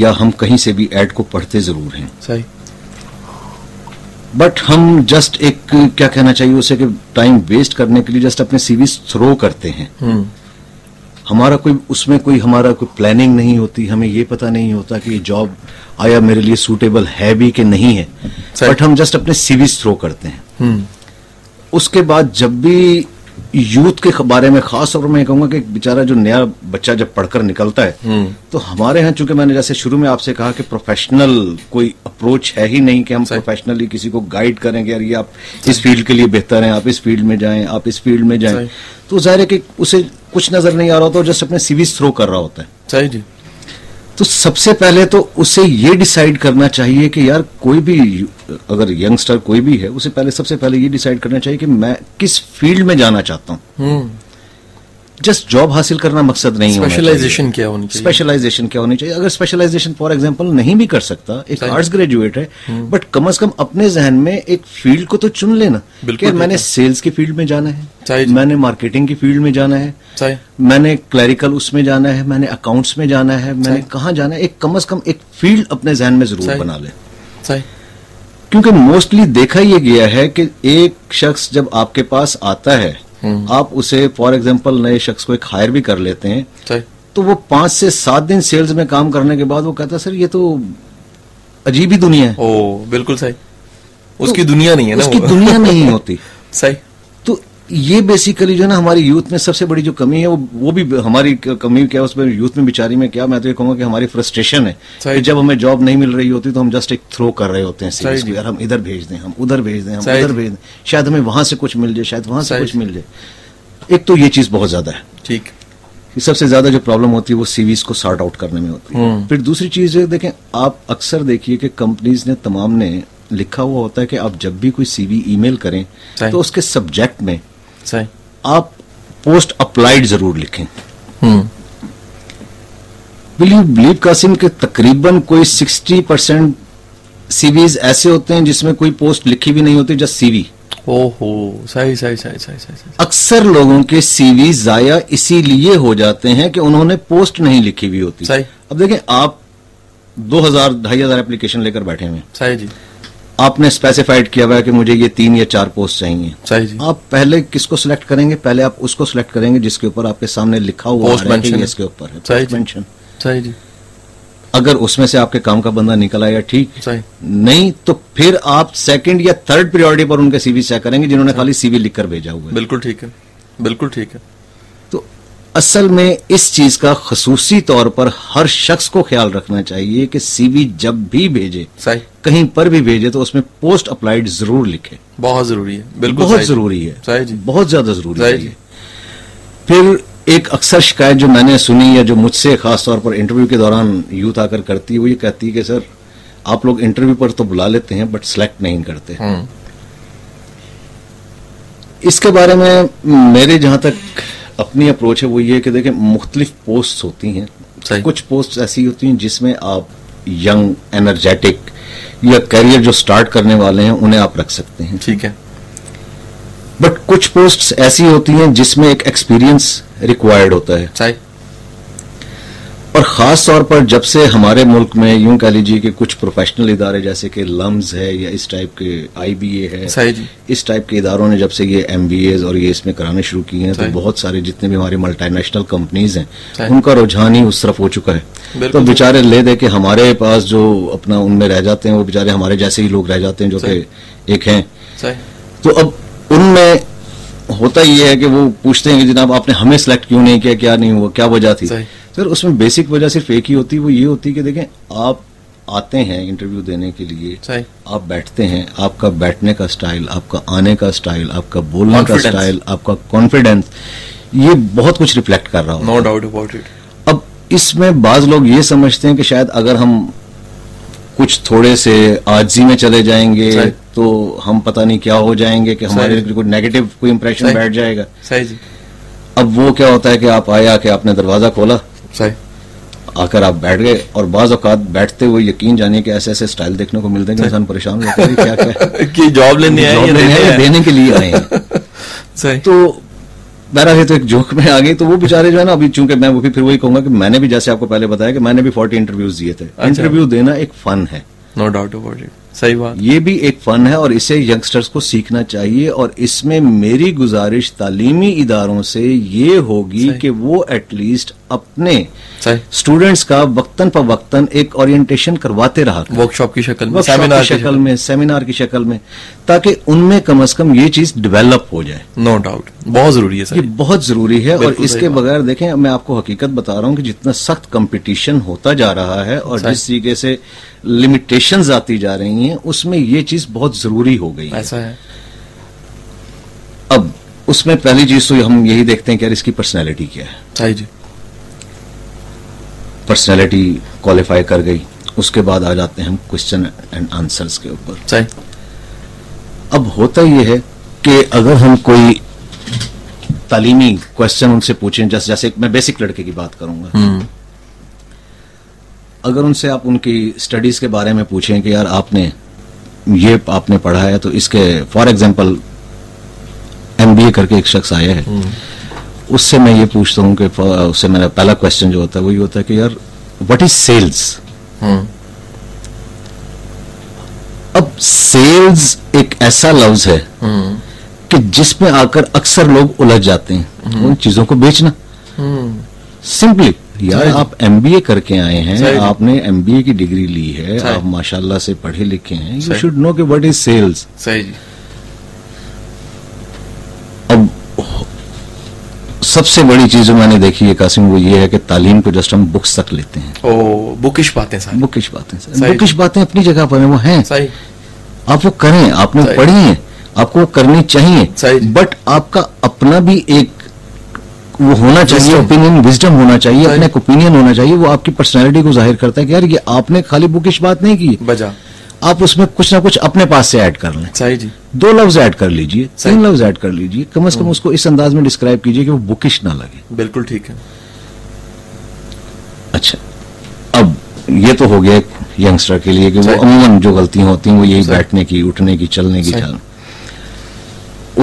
Speaker 2: یا ہم کہیں سے بھی ایڈ کو پڑھتے ضرور ہیں
Speaker 1: صحیح
Speaker 2: بٹ ہم جسٹ ایک کیا کہنا چاہیے اسے کہ ٹائم ویسٹ کرنے کے لیے جسٹ اپنے سیریز تھرو کرتے ہیں
Speaker 1: ہوں
Speaker 2: ہمارا کوئی اس میں کوئی ہمارا کوئی پلاننگ نہیں ہوتی ہمیں یہ پتہ نہیں ہوتا کہ یہ جاب آیا میرے لیے سوٹیبل ہے بھی کہ نہیں ہے
Speaker 1: صحیح۔
Speaker 2: بٹ ہم جسٹ اپنے سیریز تھرو کرتے ہیں
Speaker 1: ہوں
Speaker 2: اس کے بعد جب بھی یوتھ کے بارے میں خاص طور پر میں یہ کہوں گا کہ ایک بیچارہ جو نیا بچہ جب پڑھ کر نکلتا ہے
Speaker 1: Hmm.
Speaker 2: تو ہمارے ہاں چونکہ میں نے جیسے شروع میں آپ سے کہا کہ پروفیشنل کوئی اپروچ ہے ہی نہیں کہ ہم پروفیشنلی کسی کو گائیڈ کریں کہ یار یہ آپ اس فیلڈ کے لیے بہتر ہیں آپ اس فیلڈ میں جائیں آپ اس فیلڈ میں جائیں
Speaker 1: صحیح۔
Speaker 2: تو ظاہر ہے کہ اسے کچھ نظر نہیں آ رہا ہوتا جسٹ اپنے سیویز تھرو کر رہا ہوتا ہے
Speaker 1: صحیح جی
Speaker 2: تو سب سے پہلے تو اسے یہ ڈیسائیڈ کرنا چاہیے کہ یار کوئی بھی اگر ینگسٹر کوئی بھی ہے اسے پہلے سب سے پہلے یہ ڈیسائیڈ کرنا چاہیے کہ میں کس فیلڈ میں جانا چاہتا ہوں
Speaker 1: ہوں
Speaker 2: جسٹ جاب حاصل کرنا مقصد نہیں
Speaker 1: اسپیشلائزیشن کیا ہونی چاہیے
Speaker 2: اسپیشلائزیشن کیا ہونی چاہیے اگر اسپیشلائزیشن فار ایگزامپل نہیں بھی کر سکتا ایک آرٹس گریجویٹ ہے بٹ کم از کم اپنے ذہن میں ایک فیلڈ کو تو چن لینا
Speaker 1: بالکل
Speaker 2: کہ میں نے سیلز کی فیلڈ میں جانا ہے
Speaker 1: صحیح جی۔
Speaker 2: میں نے مارکیٹنگ کی فیلڈ میں جانا ہے
Speaker 1: صحیح
Speaker 2: میں نے کلیریکل اس میں جانا ہے میں نے اکاؤنٹس میں جانا ہے میں نے کہاں جانا ہے ایک کم از کم ایک فیلڈ اپنے ذہن میں ضرور
Speaker 1: صحیح۔
Speaker 2: بنا لیں
Speaker 1: صحیح
Speaker 2: کیونکہ موسٹلی دیکھا یہ گیا ہے کہ ایک شخص جب آپ کے پاس آتا ہے
Speaker 1: Hmm.
Speaker 2: آپ اسے فار ایگزامپل نئے شخص کو ایک ہائر بھی کر لیتے ہیں
Speaker 1: صحیح
Speaker 2: تو وہ پانچ سے سات دن سیلز میں کام کرنے کے بعد وہ کہتا ہے سر یہ تو عجیب ہی دنیا ہے
Speaker 1: او بالکل صحیح اس کی دنیا نہیں ہے
Speaker 2: اس کی
Speaker 1: نا وہ
Speaker 2: دنیا نہیں ہوتی
Speaker 1: صحیح
Speaker 2: تو یہ بیسیکلی جو ہے نا ہماری یوتھ میں سب سے بڑی جو کمی ہے وہ وہ بھی ہماری کمی کیا ہے اس میں یوتھ میں بیچاری میں کیا میں تو یہ کہوں گا کہ ہماری فرسٹریشن ہے
Speaker 1: صحیح۔
Speaker 2: کہ جب ہمیں جاب نہیں مل رہی ہوتی تو ہم جسٹ ایک تھرو کر رہے ہوتے ہیں
Speaker 1: صحیح
Speaker 2: سیریز کو
Speaker 1: جی۔
Speaker 2: یار ہم ادھر بھیج دیں ہم ادھر بھیج دیں ہم
Speaker 1: صحیح
Speaker 2: ادھر
Speaker 1: جی۔
Speaker 2: بھیج دیں شاید ہمیں وہاں سے کچھ مل جائے شاید وہاں سے
Speaker 1: صحیح
Speaker 2: کچھ
Speaker 1: جی۔
Speaker 2: مل جائے ایک تو یہ چیز بہت زیادہ ہے
Speaker 1: ٹھیک
Speaker 2: کہ سب سے زیادہ جو پرابلم ہوتی ہے وہ سیویز کو سارٹ آؤٹ کرنے میں ہوتی ہے پھر دوسری چیز یہ دیکھیں آپ اکثر دیکھیے کہ کمپنیز نے تمام نے لکھا ہوا ہوتا ہے کہ آپ جب بھی کوئی سی وی ای میل کریں
Speaker 1: صحیح۔
Speaker 2: تو اس کے سبجیکٹ میں
Speaker 1: صحیح
Speaker 2: آپ پوسٹ اپلائڈ ضرور لکھیں
Speaker 1: ہوں
Speaker 2: بلیو بلیو قاسم کے تقریباً کوئی سکسٹی پرسینٹ سی ویز ایسے ہوتے ہیں جس میں کوئی پوسٹ لکھی بھی نہیں ہوتی جس سی وی
Speaker 1: او ہو صحیح صحیح صحیح صحیح صحیح صحیح
Speaker 2: اکثر لوگوں کے سی وی ضائع اسی لیے ہو جاتے ہیں کہ انہوں نے پوسٹ نہیں لکھی ہوئی ہوتی
Speaker 1: صحیح۔
Speaker 2: اب دیکھیں آپ دو ہزار ڈھائی ہزار اپلیکیشن لے کر بیٹھے ہوئے ہیں
Speaker 1: صحیح جی
Speaker 2: آپ نے اسپیسیفائڈ کیا ہوا ہے کہ مجھے یہ تین یا چار پوسٹ چاہیے
Speaker 1: صحیح جی
Speaker 2: آپ پہلے کس کو سلیکٹ کریں گے پہلے آپ اس کو سلیکٹ کریں گے جس کے اوپر آپ کے سامنے لکھا ہوا
Speaker 1: Post
Speaker 2: آ رہا ہے کہ
Speaker 1: mention
Speaker 2: یہ
Speaker 1: ہے۔
Speaker 2: اس کے اوپر ہے
Speaker 1: صحیح
Speaker 2: Post
Speaker 1: جی۔
Speaker 2: mention۔
Speaker 1: صحیح جی
Speaker 2: اگر اس میں سے آپ کے کام کا بندہ نکل آیا ٹھیک
Speaker 1: صحیح
Speaker 2: نہیں تو پھر آپ سیکنڈ یا تھرڈ پریورٹی پر ان کے سی وی چیک کریں گے جنہوں نے خالی سی وی لکھ کر بھیجا ہوا ہے
Speaker 1: بالکل ٹھیک ہے بالکل ٹھیک ہے
Speaker 2: تو اصل میں اس چیز کا خصوصی طور پر ہر شخص کو خیال رکھنا چاہیے کہ سی وی جب بھی بھیجے
Speaker 1: صحیح
Speaker 2: کہیں پر بھی بھیجے تو اس میں پوسٹ اپلائڈ ضرور لکھے
Speaker 1: بہت ضروری ہے بالکل
Speaker 2: بہت ضروری
Speaker 1: صحیح
Speaker 2: ہے
Speaker 1: جی
Speaker 2: بہت زیادہ ضروری ہے
Speaker 1: صحیح جی۔
Speaker 2: یہ۔ پھر ایک اکثر شکایت جو میں نے سنی یا جو مجھ سے خاص طور پر انٹرویو کے دوران یوتھ آ کر کرتی ہے وہ یہ کہتی ہے کہ سر آپ لوگ انٹرویو پر تو بلا لیتے ہیں بٹ سلیکٹ نہیں کرتے
Speaker 1: ہوں
Speaker 2: اس کے بارے میں میرے جہاں تک اپنی اپروچ ہے وہ یہ ہے کہ دیکھیں مختلف پوسٹ ہوتی ہیں
Speaker 1: صحیح۔
Speaker 2: کچھ پوسٹ ایسی ہوتی ہیں جس میں آپ ینگ انرجیٹک یا کیریئر جو سٹارٹ کرنے والے ہیں انہیں آپ رکھ سکتے ہیں
Speaker 1: ٹھیک ہے
Speaker 2: بٹ کچھ پوسٹ ایسی ہوتی ہیں جس میں ایک ایکسپیرینس ریکوائرڈ ہوتا ہے
Speaker 1: صحیح
Speaker 2: اور خاص طور پر جب سے ہمارے ملک میں یوں کہہ لیجیے کہ کچھ پروفیشنل ادارے جیسے کہ لمز ہے یا اس ٹائپ کے آئی بی اے ہے
Speaker 1: صحیح جی
Speaker 2: اس ٹائپ کے اداروں نے جب سے یہ ایم بی ایز اور یہ اس میں کرانے شروع کیے ہیں تو
Speaker 1: صحیح۔
Speaker 2: بہت سارے جتنے بھی ہماری ملٹی نیشنل کمپنیز ہیں
Speaker 1: صحیح۔
Speaker 2: ان کا رجحان ہی اس طرف ہو چکا ہے
Speaker 1: بالکل
Speaker 2: تو بیچارے لے دے کہ ہمارے پاس جو اپنا ان میں رہ جاتے ہیں وہ بیچارے ہمارے جیسے ہی لوگ رہ جاتے ہیں جو کہ ایک ہیں
Speaker 1: صحیح
Speaker 2: تو اب ان میں ہوتا یہ ہے کہ وہ پوچھتے ہیں کہ جناب آپ نے ہمیں سلیکٹ کیوں نہیں کیا کیا نہیں ہوا کیا وجہ تھی
Speaker 1: صحیح۔
Speaker 2: سر اس میں بیسک وجہ صرف ایک ہی ہوتی ہے وہ یہ ہوتی ہے کہ دیکھیں آپ آتے ہیں انٹرویو دینے کے لیے
Speaker 1: صحیح
Speaker 2: آپ بیٹھتے ہیں آپ کا بیٹھنے کا سٹائل آپ کا آنے کا سٹائل آپ کا بولنے کا
Speaker 1: Confidence.
Speaker 2: سٹائل آپ کا کانفیڈنس یہ بہت کچھ ریفلیکٹ کر رہا ہوتا
Speaker 1: نو ڈاؤٹ اباؤٹ اٹ
Speaker 2: اب اس میں بعض لوگ یہ سمجھتے ہیں کہ شاید اگر ہم کچھ تھوڑے سے آجزی میں چلے جائیں گے
Speaker 1: صحیح۔
Speaker 2: تو ہم پتہ نہیں کیا ہو جائیں گے کہ ہمارے
Speaker 1: صحیح۔
Speaker 2: کوئی نیگیٹو کوئی امپریشن
Speaker 1: صحیح۔
Speaker 2: بیٹھ جائے گا
Speaker 1: صحیح جی
Speaker 2: اب وہ کیا ہوتا ہے کہ آپ آیا کہ آپ نے دروازہ کھولا
Speaker 1: صحیح
Speaker 2: آ کر آپ بیٹھ گئے اور بعض اوقات بیٹھتے ہوئے یقین جانے کہ ایسے ایسے سٹائل دیکھنے کو ملتے ہیں کہ انسان پریشان ہوتا ہے کہ کیا کیا
Speaker 1: کہ جاب لینے آئے
Speaker 2: جاب
Speaker 1: یا
Speaker 2: لینے
Speaker 1: دینے
Speaker 2: آئے،
Speaker 1: آئے
Speaker 2: دینے کے لیے آئے ہیں
Speaker 1: صحیح
Speaker 2: تو بہرحال یہ تو ایک جوک میں آ گئی تو وہ بیچارے جو ہے نا ابھی چونکہ میں وہ بھی پھر وہی کہوں گا کہ میں نے بھی جیسے آپ کو پہلے بتایا کہ میں نے بھی فورٹی انٹرویوز دیے تھے انٹرویو دینا ایک فن ہے
Speaker 1: نو ڈاؤٹ اباؤٹ اٹ صحیح بات
Speaker 2: یہ بھی ایک فن ہے اور اسے ینگسٹرز کو سیکھنا چاہیے اور اس میں میری گزارش تعلیمی اداروں سے یہ ہوگی کہ وہ ایٹ لیسٹ اپنے
Speaker 1: صحیح
Speaker 2: اسٹوڈنٹس کا وقتاً فوقتاً ایک اورینٹیشن کرواتے رہا کریں
Speaker 1: ورک شاپ کی شکل میں سیمینار
Speaker 2: سیمینار کی شکل میں سیمینار کی شکل میں تاکہ ان میں کم از کم یہ چیز ڈیولپ ہو جائے
Speaker 1: نو ڈاؤٹ بہت ضروری ہے
Speaker 2: یہ
Speaker 1: سر
Speaker 2: بہت ضروری ہے اور
Speaker 1: بالکل
Speaker 2: اس
Speaker 1: صحیح
Speaker 2: کے
Speaker 1: بات۔
Speaker 2: بغیر دیکھیں میں آپ کو حقیقت بتا رہا ہوں کہ جتنا سخت کمپٹیشن ہوتا جا رہا ہے اور
Speaker 1: صحیح۔
Speaker 2: جس طریقے سے لمیٹیشنز آتی جا رہی ہیں اس میں یہ چیز بہت ضروری ہو گئی ہے
Speaker 1: ایسا ہے
Speaker 2: اب اس میں پہلی چیز تو ہم یہی دیکھتے ہیں کہ یار اس کی پرسنالٹی کیا ہے
Speaker 1: صحیح جی
Speaker 2: پرسنالٹی کوالیفائی کر گئی اس کے بعد آ جاتے ہیں ہم کوشچن اینڈ آنسرز کے اوپر
Speaker 1: صحیح
Speaker 2: اب ہوتا یہ ہے کہ اگر ہم کوئی تعلیمی کوشچن ان سے پوچھیں جس- جیسے میں بیسک لڑکے کی بات کروں گا
Speaker 1: ہوں
Speaker 2: اگر ان سے آپ ان کی اسٹڈیز کے بارے میں پوچھیں کہ یار آپ نے یہ آپ نے پڑھا ہے تو اس کے for example M B A کر کے ایک شخص آیا ہے اس سے میں یہ پوچھتا ہوں کہ ف- اس سے میرا پہلا کوشچن جو ہوتا ہے وہ یہ ہوتا ہے کہ یار وٹ از سیلز
Speaker 1: ہوں
Speaker 2: اب سیلز ایک ایسا لفظ ہے
Speaker 1: ہوں
Speaker 2: کہ جس میں آ کر اکثر لوگ الجھ جاتے ہیں ان چیزوں کو بیچنا
Speaker 1: ہوں
Speaker 2: سمپلی یار آپ ایم بی اے کر کے آئے ہیں
Speaker 1: صحیح۔
Speaker 2: آپ نے ایم بی اے کی ڈگری لی ہے
Speaker 1: صحیح۔
Speaker 2: آپ ماشاء اللہ سے پڑھے لکھے ہیں یو
Speaker 1: صحیح۔
Speaker 2: شوڈ نو کہ وٹ از سیلز
Speaker 1: صحیح جی
Speaker 2: اب سب سے بڑی چیز جو میں نے دیکھی ہے قاسم وہ یہ ہے کہ تعلیم کو جسٹ ہم بکس تک لیتے ہیں
Speaker 1: او بکش باتیں ساری
Speaker 2: بکش باتیں سر۔
Speaker 1: صحیح۔
Speaker 2: بکش باتیں اپنی جگہ پر ہیں وہ ہیں
Speaker 1: صحیح
Speaker 2: آپ وہ کریں آپ نے
Speaker 1: صحیح۔
Speaker 2: پڑھی ہیں آپ کو وہ کرنی چاہیے
Speaker 1: صحیح جی۔
Speaker 2: بٹ آپ کا اپنا بھی ایک وہ ہونا چاہیے
Speaker 1: Wisdom۔
Speaker 2: اوپینین وزڈم ہونا چاہیے
Speaker 1: صحیح۔
Speaker 2: اپنا ایک اوپینین ہونا چاہیے وہ آپ کی پرسنالٹی کو ظاہر کرتا ہے کہ یار یہ آپ نے خالی بکش بات نہیں کی ہے۔
Speaker 1: بجا
Speaker 2: آپ اس میں کچھ نہ کچھ اپنے پاس سے ایڈ کر لیں
Speaker 1: صحیح جی
Speaker 2: دو لفظ ایڈ کر لیجئے تین
Speaker 1: صحیح۔ ہاں.
Speaker 2: لفظ ایڈ کر لیجئے کم از کم اس کو اس انداز میں ڈسکرائب کیجئے کہ وہ بکش نہ لگے
Speaker 1: بالکل ٹھیک ہے
Speaker 2: اچھا اب یہ تو ہو گیا ایک ینگسٹر کے لیے کہ وہ
Speaker 1: صحیح۔
Speaker 2: عموماً جو غلطیاں ہوتی ہیں وہ یہی
Speaker 1: صحیح۔
Speaker 2: بیٹھنے کی اٹھنے کی چلنے کی
Speaker 1: صحیح۔
Speaker 2: چال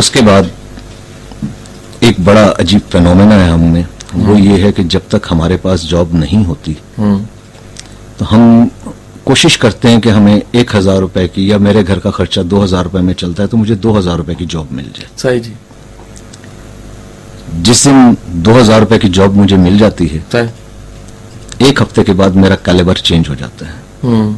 Speaker 2: اس کے بعد ایک بڑا عجیب فینومینا ہے ہم میں وہ یہ ہے کہ جب تک ہمارے پاس جاب نہیں ہوتی
Speaker 1: ہوں
Speaker 2: تو ہم کوشش کرتے ہیں کہ ہمیں ایک ہزار روپے کی یا میرے گھر کا خرچہ دو ہزار روپے میں چلتا ہے تو مجھے دو ہزار روپے کی جاب مل جائے
Speaker 1: صحیح جی
Speaker 2: جس دن دو ہزار روپے کی جاب مجھے مل جاتی ہے
Speaker 1: صحیح
Speaker 2: ایک ہفتے کے بعد میرا کیلیبر چینج ہو جاتا ہے
Speaker 1: ہوں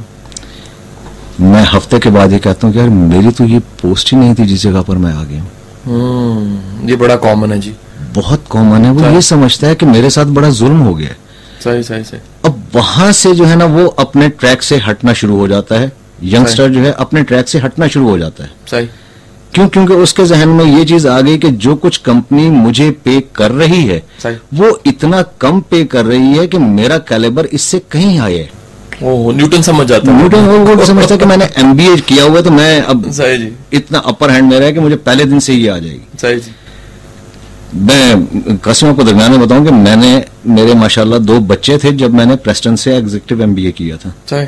Speaker 2: میں ہفتے کے بعد یہ کہتا ہوں کہ یار میری تو یہ پوسٹ ہی نہیں تھی جس جگہ پر میں آ گیا ہوں
Speaker 1: ہوں یہ بڑا کامن ہے جی
Speaker 2: بہت کامن ہے وہ یہ سمجھتا ہے کہ میرے ساتھ بڑا ظلم ہو گیا ہے
Speaker 1: صحیح صحیح صحیح
Speaker 2: اب وہاں سے جو ہے نا وہ اپنے ٹریک سے ہٹنا شروع ہو جاتا ہے ینگسٹر جو ہے اپنے ٹریک سے ہٹنا شروع ہو جاتا ہے
Speaker 1: صحیح
Speaker 2: کیوں کیونکہ اس کے ذہن میں یہ چیز آ گئی کہ جو کچھ کمپنی مجھے پے کر رہی ہے
Speaker 1: صحیح
Speaker 2: وہ اتنا کم پے کر رہی ہے کہ میرا کیلیبر اس سے کہیں ہائی ہے
Speaker 1: اوہ نیوٹن سمجھ جاتا ہے
Speaker 2: نیوٹن وہ- وہ سمجھتا ہے کہ میں نے ایم بی اے کیا ہوا ہے تو میں اب
Speaker 1: صحیح جی
Speaker 2: اتنا اپر ہینڈ میرا ہے کہ مجھے پہلے دن سے یہ آ جائے گی
Speaker 1: صحیح جی
Speaker 2: میں قسموں کو درمیان میں بتاؤں کہ میں نے میرے ماشاءاللہ دو بچے تھے جب میں نے پریسٹن سے ایگزیکٹو ایم بی اے کیا تھا
Speaker 1: صحیح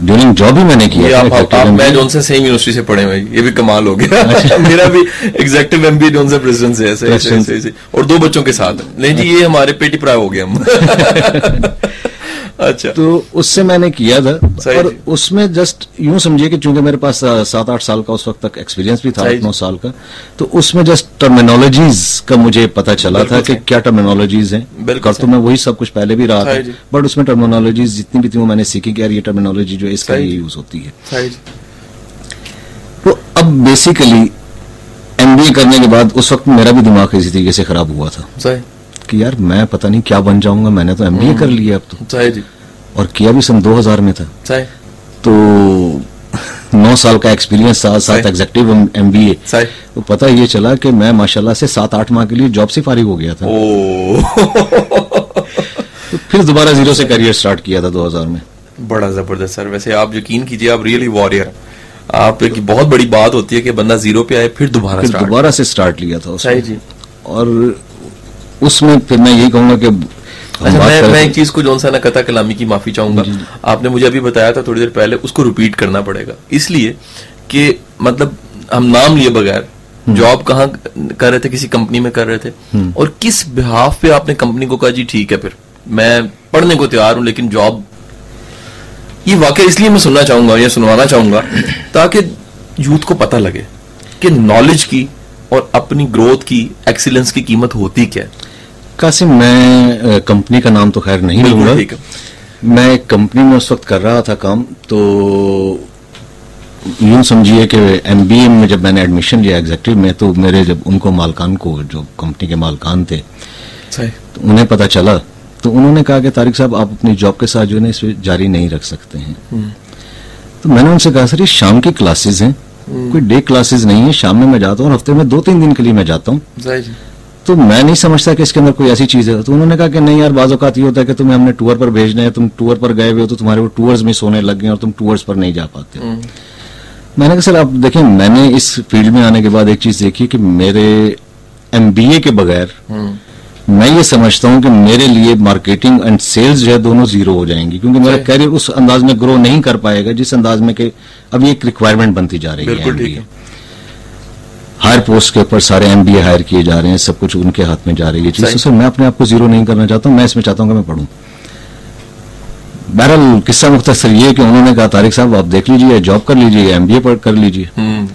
Speaker 2: ڈیورنگ جاب بھی میں نے
Speaker 1: یہ
Speaker 2: کیا
Speaker 1: آپ آپ میں جون سے سیم یونیورسٹی سے پڑھے ہوئے ہیں، یہ بھی کمال ہو گیا میرا بھی ایگزیکٹو ایم بی جون سے پریزیڈنٹ سے ایسے ایسے
Speaker 2: President.
Speaker 1: ایسے ایسے۔ اور دو بچوں کے ساتھ نہیں جی یہ ہمارے پیٹی پرائے ہو گئے ہم اچھا
Speaker 2: تو اس سے میں نے کیا تھا
Speaker 1: صحیح
Speaker 2: اور
Speaker 1: جی۔
Speaker 2: اس میں جسٹ یوں سمجھیے کہ چونکہ میرے پاس آ، سات آٹھ سال کا اس وقت تک ایکسپیرینس بھی تھا
Speaker 1: صحیح
Speaker 2: آٹھ نو
Speaker 1: جی۔
Speaker 2: سال کا تو اس میں جسٹ ٹرمینالوجیز کا مجھے پتا چلا
Speaker 1: بالکل
Speaker 2: تھا کہ
Speaker 1: صحیح۔
Speaker 2: کیا ٹرمینالوجیز ہیں
Speaker 1: بالکل
Speaker 2: اور تو
Speaker 1: صحیح۔
Speaker 2: میں وہی سب کچھ پہلے بھی رہا
Speaker 1: صحیح جی۔
Speaker 2: تھا بٹ اس میں ٹرمینالوجیز جتنی بھی تھی وہ میں نے سیکھی کہ یار یہ ٹرمینالوجی جو ہے اس کا
Speaker 1: صحیح
Speaker 2: یہ
Speaker 1: جی۔
Speaker 2: یوز ہوتی ہے
Speaker 1: صحیح۔
Speaker 2: تو اب بیسیکلی ایم بی اے کرنے کے بعد اس وقت میرا بھی دماغ اسی طریقے سے خراب ہوا تھا
Speaker 1: صحیح
Speaker 2: کہ یار میں پتہ نہیں کیا بن جاؤں گا میں نے تو ایم بی اے کر لیا اب تو
Speaker 1: صحیح جی
Speaker 2: اور کیا بھی سن دو ہزار میں تھا
Speaker 1: صحیح
Speaker 2: تو نو سال کا ایکسپیرینس ساتھ ساتھ
Speaker 1: صحیح۔
Speaker 2: ایگزیکٹو ایم بی اے
Speaker 1: صحیح
Speaker 2: تو پتہ یہ چلا کہ میں ماشاءاللہ سے سات آٹھ ماہ کے لیے جاب سے فارغ ہو گیا تھا
Speaker 1: او
Speaker 2: تو پھر دوبارہ زیرو سے کیریئر سٹارٹ کیا تھا دو ہزار میں
Speaker 1: بڑا زبردست سر ویسے آپ یقین کیجئے آپ ریئلی واریئر آپ ایک بہت بڑی بات ہوتی ہے کہ بندہ زیرو پہ آئے پھر دوبارہ
Speaker 2: پھر
Speaker 1: start
Speaker 2: دوبارہ سے سٹارٹ لیا تھا اس
Speaker 1: صحیح
Speaker 2: میں۔
Speaker 1: جی
Speaker 2: اور اس میں پھر میں یہی کہوں گا کہ ہم
Speaker 1: اچھا
Speaker 2: بات
Speaker 1: میں میں
Speaker 2: کر رہے جی،
Speaker 1: ایک چیز کو جون سا نقطہ کلامی کی معافی چاہوں گا آپ نے مجھے ابھی بتایا تھا تھوڑی دیر پہلے اس کو ریپیٹ کرنا پڑے گا اس لیے کہ مطلب ہم نام لیے بغیر جاب کہاں کر رہے تھے کسی کمپنی میں کر رہے تھے اور کس بحاف پہ آپ نے کمپنی کو کہا جی ٹھیک ہے پھر میں پڑھنے کو تیار ہوں لیکن جاب یہ واقعہ اس لیے میں سننا چاہوں گا یا سنوانا چاہوں گا تاکہ یوتھ کو پتہ لگے کہ نالج کی اور اپنی گروتھ کی ایکسیلنس کی قیمت ہوتی کیا ہے
Speaker 2: قاسم میں اے، کمپنی کا نام تو خیر نہیں لوں
Speaker 1: بالکل
Speaker 2: گا
Speaker 1: ٹھیک ہے
Speaker 2: میں ایک کمپنی میں اس وقت کر رہا تھا کام تو یوں سمجھیے کہ ایم بی اے میں جب میں نے ایڈمیشن لیا ایگزیکٹو میں تو میرے جب ان کو مالکان کو جو کمپنی کے مالکان تھے
Speaker 1: صحیح
Speaker 2: تو انہیں پتہ چلا تو انہوں نے کہا کہ طارق صاحب آپ اپنی جاب کے ساتھ جو ہے نا اس پہ جاری نہیں رکھ سکتے ہیں تو میں نے ان سے کہا سر یہ شام کی کلاسز ہیں کوئی ڈے کلاسز نہیں ہیں شام میں میں جاتا ہوں اور ہفتے میں دو تین دن کے لیے میں جاتا ہوں
Speaker 1: صحیح جی
Speaker 2: تو میں نہیں سمجھتا کہ اس کے اندر کوئی ایسی چیز ہے تو انہوں نے کہا کہ نہیں یار بعض اوقات یہ ہوتا ہے کہ تمہیں ہم نے ٹور پر بھیجنا ہے تم ٹور پر گئے ہوئے ہو تو تمہارے وہ ٹورز میں سونے لگ گئے ہیں اور تم ٹورز پر نہیں جا پاتے ہو میں نے کہا سر آپ دیکھیں میں نے اس فیلڈ میں آنے کے بعد ایک چیز دیکھی کہ میرے ایم بی اے کے بغیر میں یہ سمجھتا ہوں کہ میرے لیے مارکیٹنگ اینڈ سیلز جو ہے دونوں زیرو ہو جائیں گی کیونکہ میرا
Speaker 1: صحیح۔
Speaker 2: کیریئر اس انداز میں گرو نہیں کر پائے گا جس انداز میں کہ اب یہ ایک ریکوائرمنٹ بنتی جا رہی ہے
Speaker 1: بالکل
Speaker 2: MBA
Speaker 1: ٹھیک ہے
Speaker 2: ہائر پوسٹ کے اوپر سارے ایم بی اے ہائر کیے جا رہے ہیں سب کچھ ان کے ہاتھ میں جا رہی ہے چیز
Speaker 1: صحیح۔
Speaker 2: تو سر میں اپنے آپ کو زیرو نہیں کرنا چاہتا ہوں میں اس میں چاہتا ہوں کہ میں پڑھوں بہرحال قصہ مختصر یہ ہے کہ انہوں نے کہا طارق صاحب آپ دیکھ لیجئے جاب کر لیجئے ایم بی اے کر لیجئے
Speaker 1: ہوں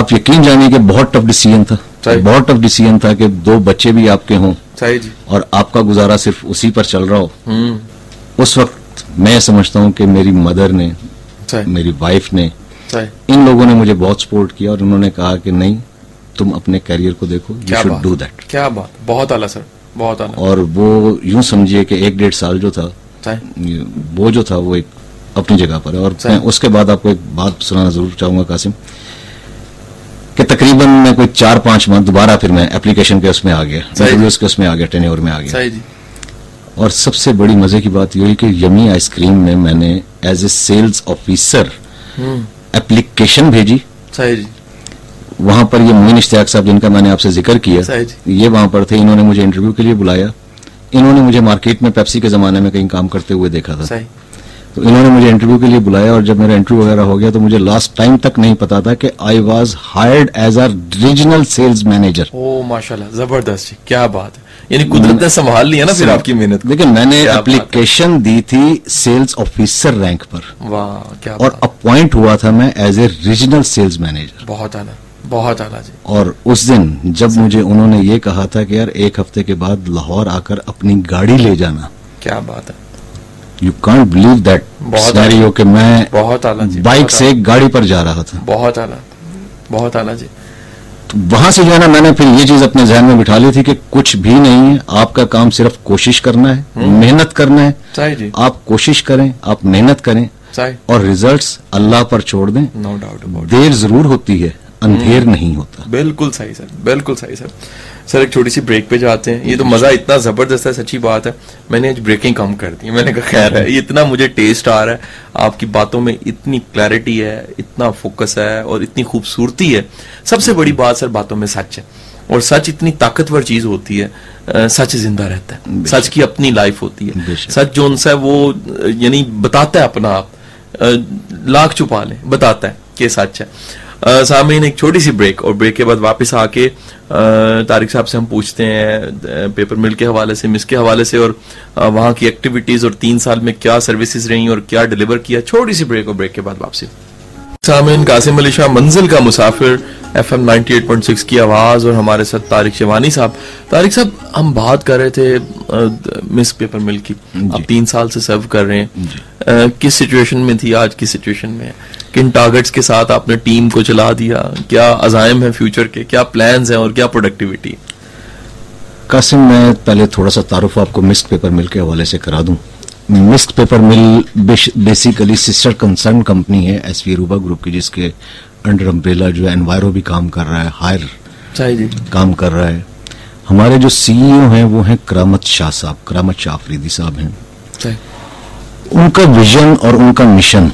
Speaker 2: آپ یقین جانیے کہ بہت ٹف ڈیسیجن تھا
Speaker 1: صحیح۔
Speaker 2: بہت ٹف ڈیسیجن تھا کہ دو بچے بھی آپ کے ہوں
Speaker 1: صحیح جی
Speaker 2: اور آپ کا گزارا صرف اسی پر چل رہا ہو
Speaker 1: ہوں
Speaker 2: اس وقت میں سمجھتا ہوں کہ میری مدر نے
Speaker 1: صحیح
Speaker 2: میری وائف نے
Speaker 1: صحیح
Speaker 2: ان لوگوں نے مجھے بہت سپورٹ کیا اور انہوں نے کہا کہ نہیں تم اپنے کیریئر کو دیکھو یو
Speaker 1: کیا
Speaker 2: شوڈ
Speaker 1: بات
Speaker 2: ڈو دیٹ
Speaker 1: کیا بات بہت اعلیٰ سر بہت اعلیٰ
Speaker 2: اور وہ یوں سمجھیے کہ ایک ڈیڑھ سال جو تھا
Speaker 1: صحیح
Speaker 2: وہ جو تھا وہ ایک اپنی جگہ پر ہے اور
Speaker 1: صحیح۔
Speaker 2: میں اس کے بعد آپ کو ایک بات سنانا ضرور چاہوں گا قاسم کہ تقریباً میں کوئی چار پانچ ماہ دوبارہ پھر میں اپلیکیشن کے اس میں آ گیا
Speaker 1: صحیح۔
Speaker 2: interviews کے اس میں آ گیا ٹین میں آ گیا
Speaker 1: صحیح جی
Speaker 2: اور سب سے بڑی مزے کی بات یہ ہوئی کہ یمی آئس کریم میں میں نے ایز اے سیلز آفیسر
Speaker 1: ہوں
Speaker 2: اپلیکیشن بھیجی
Speaker 1: صحیح جی
Speaker 2: وہاں پر یہ معین اشتیاق صاحب جن کا میں نے آپ سے ذکر کیا
Speaker 1: صحیح جی۔
Speaker 2: یہ وہاں پر تھے انہوں نے مجھے انٹرویو کے لیے بلایا انہوں نے مجھے مارکیٹ میں پیپسی کے زمانے میں کہیں کام کرتے ہوئے دیکھا تھا
Speaker 1: صحیح
Speaker 2: تو انہوں نے مجھے انٹرویو کے لیے بلایا اور جب میرا انٹرویو وغیرہ ہو گیا تو مجھے لاسٹ ٹائم تک نہیں پتا تھا کہ I was hired as a regional sales manager
Speaker 1: او ماشاء اللہ زبردست جی کیا بات ہے یعنی قدرت نے سنبھال لیا نا پھر آپ کی محنت
Speaker 2: دیکھیں میں نے
Speaker 1: کیا بات ہے۔
Speaker 2: اپلیکیشن دی تھی سیلز آفیسر رینک پر
Speaker 1: کو واہ کیا
Speaker 2: اور
Speaker 1: بات
Speaker 2: اپوائنٹ ہوا تھا میں as a regional sales manager
Speaker 1: بہت اعلیٰ بہت اعلیٰ جی
Speaker 2: اور اس دن جب مجھے انہوں نے یہ کہا تھا کہ یار ایک ہفتے کے بعد لاہور آ کر اپنی گاڑی لے جانا
Speaker 1: کیا بات ہے
Speaker 2: یو کانٹ بلیو دیٹ
Speaker 1: بہت اچھا۔
Speaker 2: سینیریو کہ میں
Speaker 1: بہت اعلیٰ جی
Speaker 2: بائک سے گاڑی پر جا رہا تھا
Speaker 1: بہت اعلیٰ بہت اعلیٰ جی
Speaker 2: تو وہاں سے جو ہے نا میں نے پھر یہ چیز اپنے ذہن میں بٹھا لی تھی کہ کچھ بھی نہیں ہے آپ کا کام صرف کوشش کرنا ہے محنت کرنا ہے
Speaker 1: صحیح جی
Speaker 2: آپ کوشش کریں آپ محنت کریں
Speaker 1: صحیح
Speaker 2: اور ریزلٹس اللہ پر چھوڑ دیں
Speaker 1: نو ڈاؤٹ
Speaker 2: دیر ضرور ہوتی ہے اندھیر نہیں ہوتا
Speaker 1: بالکل صحیح سر بالکل صحیح سر سر ایک چھوٹی سی بریک پہ جاتے ہیں یہ تو مزہ اتنا زبردست ہے سچی بات ہے میں نے آج بریکنگ کم کر دی میں نے کہا خیر ہے یہ اتنا مجھے ٹیسٹ آ رہا ہے آپ کی باتوں میں اتنی کلیئرٹی ہے اتنا فوکس ہے اور اتنی خوبصورتی ہے سب سے بڑی بات سر باتوں میں سچ ہے اور سچ اتنی طاقتور چیز ہوتی ہے اہ، سچ زندہ رہتا ہے سچ کی اپنی لائف ہوتی ہے
Speaker 2: بے شک۔
Speaker 1: سچ جو انسا ہے وہ اہ، یعنی بتاتا ہے اپنا آپ لاکھ چھپا لیں بتاتا ہے کیسا اچھا ہے سامعین ایک چھوٹی سی بریک اور بریک کے بعد واپس آ کے طارق صاحب سے ہم پوچھتے ہیں پیپر مل کے حوالے سے مس کے حوالے سے اور وہاں کی ایکٹیویٹیز اور تین سال میں کیا سروسز رہیں اور کیا ڈلیور کیا چھوٹی سی بریک اور بریک کے بعد واپسی سامعین قاسم علی شاہ منزل کا مسافر F M ninety eight point six کی آواز اور ہمارے ساتھ طارق شیوانی صاحب طارق صاحب ہم بات کر رہے تھے مس پیپر مل کی آپ تین سال سے سرو کر رہے ہیں کس سچویشن میں تھی آج کس سچویشن میں کن ٹارگٹس کے ساتھ آپ نے ٹیم کو چلا دیا کیا عزائم ہیں فیوچر کے کیا پلانز ہیں اور کیا پروڈکٹیوٹی
Speaker 2: قاسم میں پہلے تھوڑا سا تعارف آپ کو مسک پیپر مل کے حوالے سے کرا دوں Musk paper mill basically sister concern company ہے ایس وی روبا گروپ کی جس کے انڈر امبریلا جو ہے انوائرو بھی کام کر رہا ہے ہائر
Speaker 1: جی،
Speaker 2: کام کر رہا ہے ہمارے جو سی ای او ہیں وہ ہیں کرامت شاہ صاحب کرامت شاہ فریدی صاحب ہیں ان کا ویژن اور ان کا مشن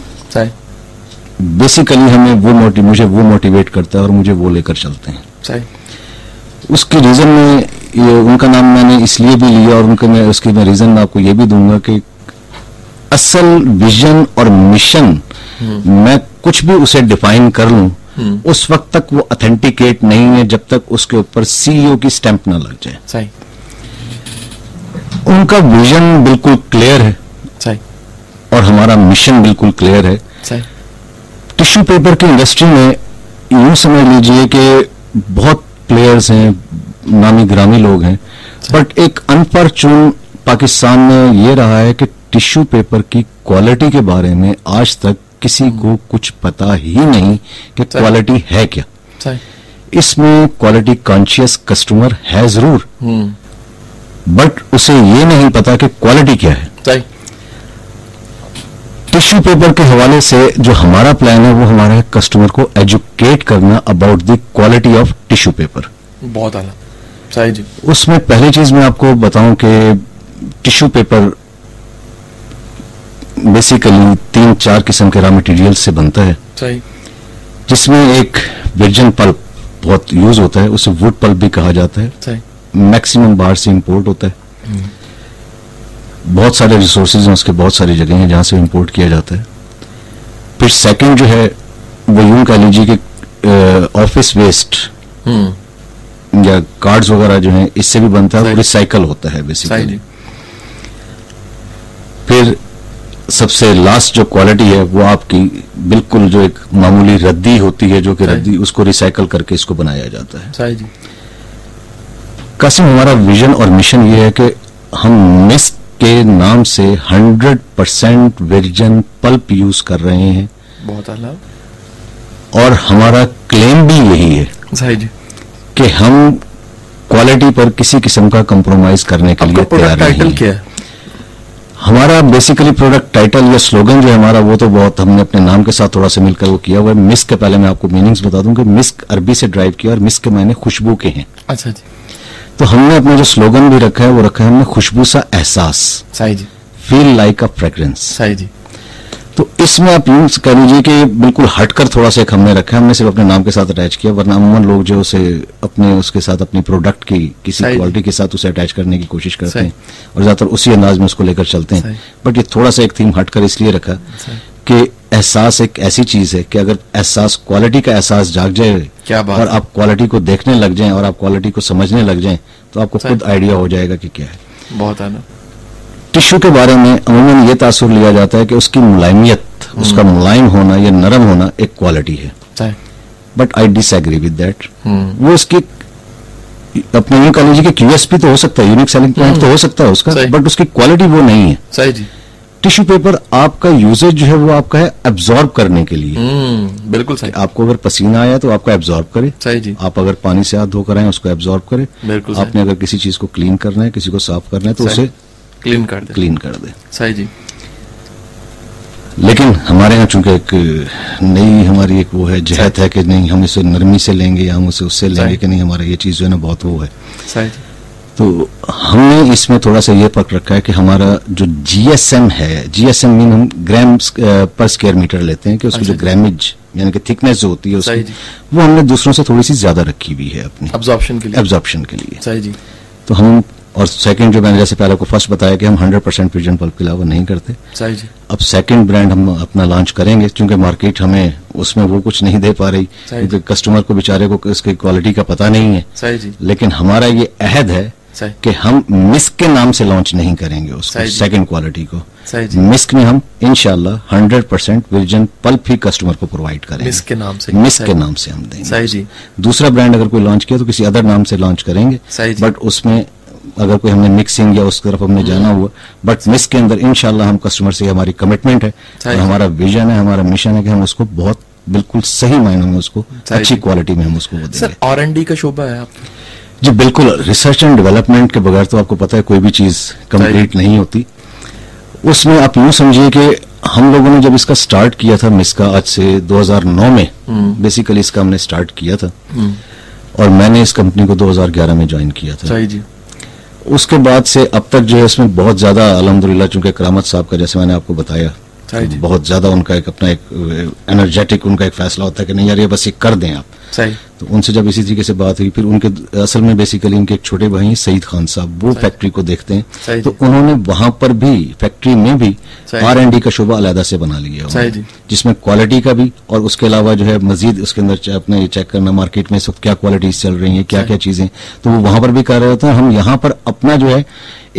Speaker 2: بیسیکلی ہمیں وہ موٹی مجھے وہ موٹیویٹ کرتا ہے اور مجھے وہ لے کر چلتے ہیں اس کے ریزن میں ان کا نام میں نے اس لیے بھی لیا اور ان کے میں اس کی میں ریزن میں آپ کو یہ بھی دوں گا کہ اصل ویژن اور مشن میں کچھ بھی اسے ڈیفائن کر لوں اس وقت تک وہ اتھینٹیکیٹ نہیں ہے جب تک اس کے اوپر سی او کی سٹیمپ نہ لگ جائے ان کا ویژن بالکل کلیئر ہے اور ہمارا مشن بالکل کلیئر ہے ٹشو پیپر کی انڈسٹری میں یوں سمجھ لیجئے کہ بہت پلیئرز ہیں نامی گرامی لوگ ہیں بٹ ایک انفارچون پاکستان میں یہ رہا ہے کہ ٹشو پیپر کی کوالٹی کے بارے میں آج تک کسی کو کچھ پتا ہی نہیں کہ کوالٹی ہے کیا اس میں کوالٹی کانشیس کسٹمر ہے ضرور بٹ اسے یہ نہیں پتا کہ کوالٹی کیا ہے ٹشو پیپر کے حوالے سے جو ہمارا پلان ہے وہ ہمارا ہے کسٹمر کو ایجوکیٹ کرنا about the quality of tissue paper
Speaker 1: بہت اعلیٰ جی،
Speaker 2: اس میں پہلی چیز میں آپ کو بتاؤں کہ ٹشو پیپر بیسیکلی تین چار قسم کے را مٹیریل سے بنتا ہے جس میں ایک ورجن پلپ بہت یوز ہوتا ہے اسے ووڈ پلپ بھی کہا جاتا ہے میکسیمم باہر سے امپورٹ ہوتا ہے بہت سارے ریسورسز ہیں اس کے بہت ساری جگہیں ہیں جہاں سے امپورٹ کیا جاتا ہے پھر سیکنڈ جو ہے وہ یوں کہہ لیجیے کہ آفس ویسٹ یا کارڈز وغیرہ جو ہیں اس سے بھی بنتا ہے ریسائیکل ہوتا ہے
Speaker 1: جی۔
Speaker 2: بیسیکلی پھر سب سے لاسٹ جو کوالٹی ہے وہ آپ کی بالکل جو ایک معمولی ردی ہوتی ہے جو کہ ردی اس کو ریسائیکل کر کے اس کو بنایا جاتا ہے
Speaker 1: جی۔
Speaker 2: قسم ہمارا ویژن اور مشن یہ ہے کہ ہم مسک کے نام سے hundred percent virgin pulp use کر رہے ہیں
Speaker 1: بہت
Speaker 2: اور ہمارا کلیم بھی یہی ہے
Speaker 1: جی۔
Speaker 2: کہ ہم کوالٹی پر کسی قسم کا کمپرومائز کرنے کے لیے تیار نہیں ہیں ہمارا بیسیکلی پروڈکٹ ٹائٹل یا سلوگن جو ہے ہمارا وہ تو بہت ہم نے اپنے نام کے ساتھ تھوڑا سا مل کر وہ کیا ہوا ہے مسک کے پہلے میں آپ کو میننگز بتا دوں کہ مسک عربی سے ڈرائیو کیا اور مسک کے معنی خوشبو کے ہیں
Speaker 1: اچھا جی
Speaker 2: تو ہم نے اپنا جو سلوگن بھی رکھا ہے وہ رکھا ہے ہم نے خوشبو سا احساس
Speaker 1: جی
Speaker 2: فیل لائک اے فریگرنس
Speaker 1: جی
Speaker 2: تو اس میں آپ یوں کہہ لیجیے کہ بالکل ہٹ کر تھوڑا سا ایک ہم نے رکھا ہے ہم نے صرف اپنے نام کے ساتھ اٹیچ کیا ورنہ عموماً لوگ جو اسے اپنے اس کے ساتھ اپنی پروڈکٹ کی کسی کوالٹی کے ساتھ اسے اٹیچ کرنے کی کوشش کرتے ہیں اور زیادہ تر اسی انداز میں اس کو لے کر چلتے ہیں بٹ یہ تھوڑا سا ایک تھیم ہٹ کر اس لیے رکھا کہ احساس ایک ایسی چیز ہے کہ اگر احساس کوالٹی کا احساس جاگ جائے اور آپ کوالٹی کو دیکھنے لگ جائیں اور آپ کوالٹی کو سمجھنے لگ جائیں تو آپ کو خود آئیڈیا ہو جائے گا کہ کیا ہے
Speaker 1: بہت
Speaker 2: ٹشو کے بارے میں عموماً یہ تاثر لیا جاتا ہے کہ اس کی ملائمیت اس کا ملائم ہونا یا نرم ہونا ایک کوالٹی ہے but I disagree with that وہ اس کی اپنے یوں کہہ لیجیے کہ کیو ایس پی تو ہو سکتا ہے یونیک سیلنگ پوائنٹ تو ہو سکتا ہے اس کا بٹ اس کی کوالٹی وہ نہیں ہے
Speaker 1: جی۔
Speaker 2: ٹشو پیپر آپ کا یوزیج جو ہے وہ آپ کا ہے ایبزارب کرنے کے لیے
Speaker 1: بالکل صحیح
Speaker 2: آپ کو اگر پسینہ آیا تو آپ کا ایبزارب کرے
Speaker 1: صحیح جی
Speaker 2: آپ اگر پانی سے ہاتھ دھو کر آئے اس کو ایبزارب کرے بالکل آپ نے اگر کسی چیز کو کلین کرنا ہے کسی کو صاف کرنا ہے تو اسے
Speaker 1: کلین کر دے
Speaker 2: کلین کر دے
Speaker 1: صحیح جی
Speaker 2: لیکن ہمارے یہاں چونکہ ایک نئی ہماری ایک وہ ہے جہت ہے کہ نہیں ہم اسے نرمی سے لیں گے یا ہم اسے اس سے لیں گے کہ نہیں ہمارا یہ چیز جو ہے نا بہت وہ ہے
Speaker 1: صحیح جی
Speaker 2: تو ہم نے اس میں تھوڑا سا یہ پک رکھا ہے کہ ہمارا جو جی ایس ایم ہے جی ایس ایم مین ہم گرام پر اسکیئر میٹر لیتے ہیں کہ اس کی جو گرامیج یعنی کہ تھکنیس جو ہوتی ہے اس کی وہ ہم نے دوسروں سے تھوڑی سی زیادہ رکھی ہوئی ہے اپنی
Speaker 1: ابزارپشن کے لیے
Speaker 2: ابزارپشن کے لیے
Speaker 1: صحیح جی
Speaker 2: تو ہم اور سیکنڈ جو میں نے جیسے پہلے کو فرسٹ بتایا کہ ہم ہنڈریڈ پرسینٹ پیجن پلپ کی علاوہ نہیں کرتے
Speaker 1: صحیح جی
Speaker 2: اب سیکنڈ برانڈ ہم اپنا لانچ کریں گے چونکہ مارکیٹ ہمیں اس میں وہ کچھ نہیں دے پا رہی
Speaker 1: صحیح۔
Speaker 2: کیونکہ کسٹمر کو بیچارے کو اس کی کوالٹی کا پتہ نہیں ہے
Speaker 1: صحیح جی
Speaker 2: لیکن ہمارا یہ عہد ہے
Speaker 1: صحیح۔
Speaker 2: کہ ہم مسک کے نام سے لانچ نہیں کریں گے اس کو
Speaker 1: صحیح جی۔
Speaker 2: سیکنڈ کوالٹی کو
Speaker 1: صحیح جی
Speaker 2: مسک میں ہم انشاءاللہ ہنڈریڈ پرسینٹ ورجن پلپ ہی کسٹمر کو پرووائڈ کریں
Speaker 1: مسک کے
Speaker 2: گے
Speaker 1: نام سے
Speaker 2: مسک
Speaker 1: صحیح۔
Speaker 2: کے نام سے ہم دیں گے
Speaker 1: صحیح جی
Speaker 2: دوسرا برانڈ اگر کوئی لانچ کیا تو کسی ادر نام سے لانچ کریں
Speaker 1: صحیح
Speaker 2: گے
Speaker 1: جی۔
Speaker 2: بٹ اس میں اگر کوئی ہم نے مکسنگ یا اس طرف ہم نے جانا ہوا بٹ مس کے اندر انشاءاللہ ہم کسٹمر سے یہ ہماری کمٹمنٹ ہے
Speaker 1: صحیح
Speaker 2: اور
Speaker 1: جی۔
Speaker 2: ہمارا ویژن ہے ہمارا مشن ہے کہ ہم اس کو بہت بالکل صحیح معنوں میں اس کو
Speaker 1: صحیح
Speaker 2: اچھی
Speaker 1: جی۔
Speaker 2: کوالٹی میں ہم اس کو وہ دیں
Speaker 1: سر
Speaker 2: گے
Speaker 1: آر این ڈی کا شعبہ ہے آپ کا
Speaker 2: جی بالکل ریسرچ اینڈ ڈیولپمنٹ کے بغیر تو آپ کو پتہ ہے کوئی بھی چیز
Speaker 1: جی.
Speaker 2: کمپلیٹ نہیں ہوتی اس میں آپ یوں سمجھیے کہ ہم لوگوں نے جب اس کا سٹارٹ کیا تھا مس کا آج سے دو ہزار نو میں بیسیکلی اس کا ہم نے سٹارٹ کیا تھا اور میں نے اس کمپنی کو دو ہزار گیارہ میں جوائن کیا تھا
Speaker 1: صحیح جی
Speaker 2: اس کے بعد سے اب تک جو ہے اس میں بہت زیادہ الحمدللہ چونکہ کرامت صاحب کا جیسے میں نے آپ کو بتایا
Speaker 1: صحیح جی۔
Speaker 2: بہت زیادہ ان کا ایک اپنا ایک انرجیٹک ان کا ایک فیصلہ ہوتا ہے کہ نہیں یار یہ بس یہ کر دیں آپ
Speaker 1: صحیح
Speaker 2: تو ان سے جب اسی طریقے سے بات ہوئی پھر ان کے اصل میں بیسیکلی ان کے ایک چھوٹے بھائی ہیں سعید خان صاحب وہ فیکٹری کو دیکھتے
Speaker 1: صحیح
Speaker 2: ہیں تو
Speaker 1: جی۔
Speaker 2: انہوں نے وہاں پر بھی فیکٹری میں بھی
Speaker 1: صحیح
Speaker 2: آر این ڈی کا شعبہ علیحدہ سے بنا لیا ہوا
Speaker 1: صحیح
Speaker 2: ہے،
Speaker 1: جی۔
Speaker 2: جس میں کوالٹی کا بھی اور اس کے علاوہ جو ہے مزید اس کے اندر چ- اپنے یہ چیک کرنا مارکیٹ میں اس وقت کیا کوالٹیز چل رہی ہیں کیا کیا چیزیں تو وہ وہاں پر بھی کر رہے ہوتے ہیں ہم یہاں پر اپنا جو ہے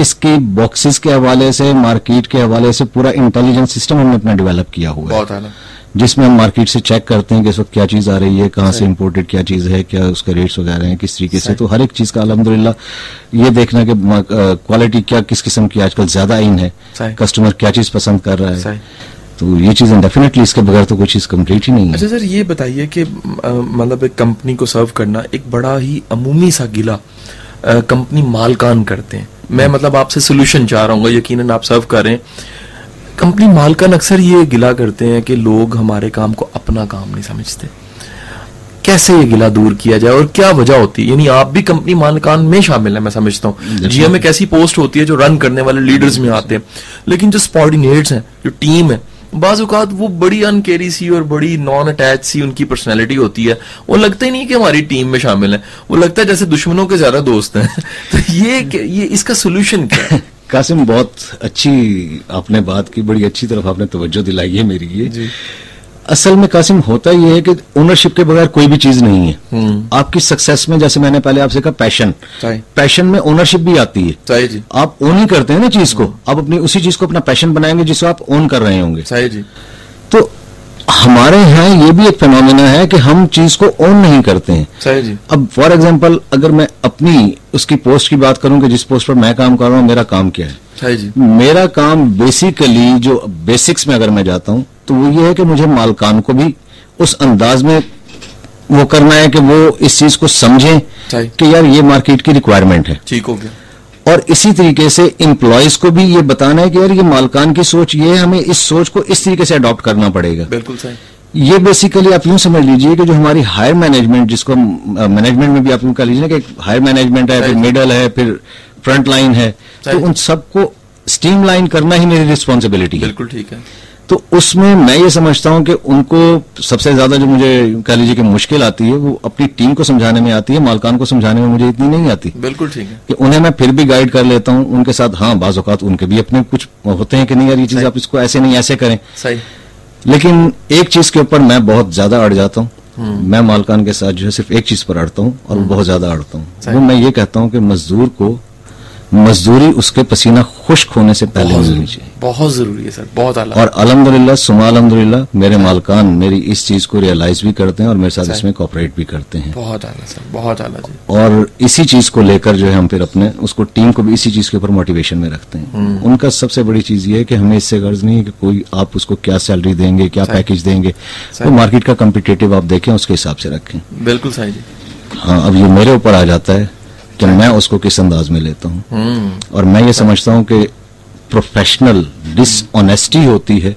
Speaker 2: اس کے باکسز کے حوالے سے مارکیٹ کے حوالے سے پورا انٹیلیجنس سسٹم ہم نے اپنا ڈیولپ کیا ہوا ہے
Speaker 1: بہت اعلیٰ
Speaker 2: جس میں ہم مارکیٹ سے چیک کرتے ہیں کہ اس وقت کیا چیز آ رہی ہے کہاں سے امپورٹڈ کیا چیز ہے کیا اس کے ریٹس وغیرہ ہیں کس طریقے سے تو ہر ایک چیز کا الحمدللہ یہ دیکھنا کہ کوالٹی کیا کس قسم کی آج کل زیادہ ان ہے
Speaker 1: صحیح۔
Speaker 2: کسٹمر کیا چیز پسند کر رہا ہے
Speaker 1: صحیح
Speaker 2: تو یہ چیزیں ڈیفینیٹلی اس کے بغیر تو کوئی چیز کمپلیٹ ہی نہیں ہے
Speaker 1: اچھا سر یہ بتائیے کہ آ، مطلب ایک کمپنی کو سرو کرنا ایک بڑا ہی عمومی سا گلا آ، کمپنی مالکان کرتے ہیں میں مطلب آپ سے سولوشن چاہ رہا ہوں گا یقیناً آپ سرو کر رہے ہیں کمپنی مالکان اکثر یہ گلا کرتے ہیں کہ لوگ ہمارے کام کو اپنا کام نہیں سمجھتے کیسے یہ گلا دور کیا جائے اور کیا وجہ ہوتی ہے یعنی آپ بھی کمپنی مالکان میں شامل ہیں میں سمجھتا ہوں جی ایم ایک ایسی پوسٹ ہوتی ہے جو رن کرنے والے لیڈرز میں آتے ہیں لیکن جو سپارڈینیٹس ہیں جو ٹیم ہے بعض اوقات وہ بڑی انکیری سی اور بڑی نان اٹیچ سی ان کی پرسنالٹی ہوتی ہے وہ لگتا ہی نہیں کہ ہماری ٹیم میں شامل ہیں وہ لگتا ہے جیسے دشمنوں کے زیادہ دوست ہیں تو یہ کہ- یہ اس کا سولوشن کیا ہے
Speaker 2: اچھا، قاسم بہت اچھی آپ نے بات کی بڑی اچھی طرف آپ نے توجہ دلائی ہے میری یہ
Speaker 1: جی
Speaker 2: اصل میں قاسم ہوتا یہ ہے کہ اونرشپ کے بغیر کوئی بھی چیز نہیں ہے
Speaker 1: ہوں
Speaker 2: آپ کی سکسیس میں جیسے میں نے پہلے آپ سے کہا پیشن
Speaker 1: صحیح
Speaker 2: پیشن میں اونرشپ بھی آتی ہے
Speaker 1: صحیح جی
Speaker 2: آپ اون ہی کرتے ہیں نا چیز کو آپ اپنی اسی چیز کو اپنا پیشن بنائیں گے جس کو آپ اون کر رہے ہوں گے
Speaker 1: صحیح جی
Speaker 2: تو ہمارے یہاں یہ بھی ایک فنومینا ہے کہ ہم چیز کو اون نہیں کرتے ہیں
Speaker 1: صحیح جی
Speaker 2: اب فار ایگزامپل اگر میں اپنی اس کی پوسٹ کی بات کروں کہ جس پوسٹ پر میں کام کر رہا ہوں میرا کام کیا ہے
Speaker 1: صحیح جی
Speaker 2: میرا کام بیسیکلی جو بیسکس میں اگر میں جاتا ہوں تو وہ یہ ہے کہ مجھے مالکان کو بھی اس انداز میں وہ کرنا ہے کہ وہ اس چیز کو سمجھیں
Speaker 1: صحیح۔
Speaker 2: کہ یار یہ مارکیٹ کی ریکوائرمنٹ ہے
Speaker 1: ٹھیک ہو گیا
Speaker 2: اور اسی طریقے سے امپلائیز کو بھی یہ بتانا ہے کہ یار یہ مالکان کی سوچ یہ ہے ہمیں اس سوچ کو اس طریقے سے اڈاپٹ کرنا پڑے گا
Speaker 1: بالکل صحیح
Speaker 2: یہ بیسیکلی آپ یوں سمجھ لیجئے کہ جو ہماری ہائر مینجمنٹ جس کو مینجمنٹ میں بھی آپ یوں کہہ لیجیے نا کہ ایک ہائر مینجمنٹ ہے پھر مڈل ہے پھر فرنٹ لائن ہے تو ان سب کو اسٹیم لائن کرنا ہی میری رسپانسبلٹی ہے
Speaker 1: بالکل ٹھیک ہے
Speaker 2: تو اس میں میں یہ سمجھتا ہوں کہ ان کو سب سے زیادہ جو مجھے کہہ لیجیے کہ مشکل آتی ہے وہ اپنی ٹیم کو سمجھانے میں آتی ہے مالکان کو سمجھانے میں مجھے اتنی نہیں آتی
Speaker 1: بالکل ٹھیک ہے
Speaker 2: کہ انہیں میں پھر بھی گائیڈ کر لیتا ہوں ان کے ساتھ ہاں بعض اوقات ان کے بھی اپنے کچھ ہوتے ہیں کہ نہیں یار یہ چیز آپ اس کو ایسے نہیں ایسے کریں
Speaker 1: صحیح
Speaker 2: لیکن ایک چیز کے اوپر میں بہت زیادہ اڑ جاتا ہوں میں مالکان کے ساتھ جو ہے صرف ایک چیز پر اڑتا ہوں اور بہت زیادہ اڑتا ہوں وہ میں یہ کہتا ہوں کہ مزدور کو مزدوری اس کے پسینہ خشک ہونے سے پہلے ملنی چاہیے
Speaker 1: بہت ضروری ہے سر بہت اعلیٰ
Speaker 2: اور الحمد للہ سما الحمد للہ میرے مالکان میری اس چیز کو ریئلائز بھی کرتے ہیں اور میرے ساتھ اس میں کوپریٹ بھی کرتے ہیں
Speaker 1: بہت اعلیٰ سر بہت اعلیٰ جی
Speaker 2: اور اسی چیز کو لے کر جو ہے ہم پھر اپنے اس کو ٹیم کو بھی اسی چیز کے اوپر موٹیویشن میں رکھتے ہیں ان کا سب سے بڑی چیز یہ ہے کہ ہمیں اس سے غرض نہیں ہے کہ کوئی آپ اس کو کیا سیلری دیں گے کیا پیکج دیں گے وہ مارکیٹ کا کمپیٹیٹو آپ دیکھیں اس کے حساب سے رکھیں
Speaker 1: بالکل صحیح جی
Speaker 2: ہاں اب یہ میرے اوپر آ جاتا ہے کہ میں اس کو کس انداز میں لیتا ہوں
Speaker 1: ہوں
Speaker 2: اور میں یہ سمجھتا ہوں کہ پروفیشنل ڈس آنیسٹی ہوتی ہے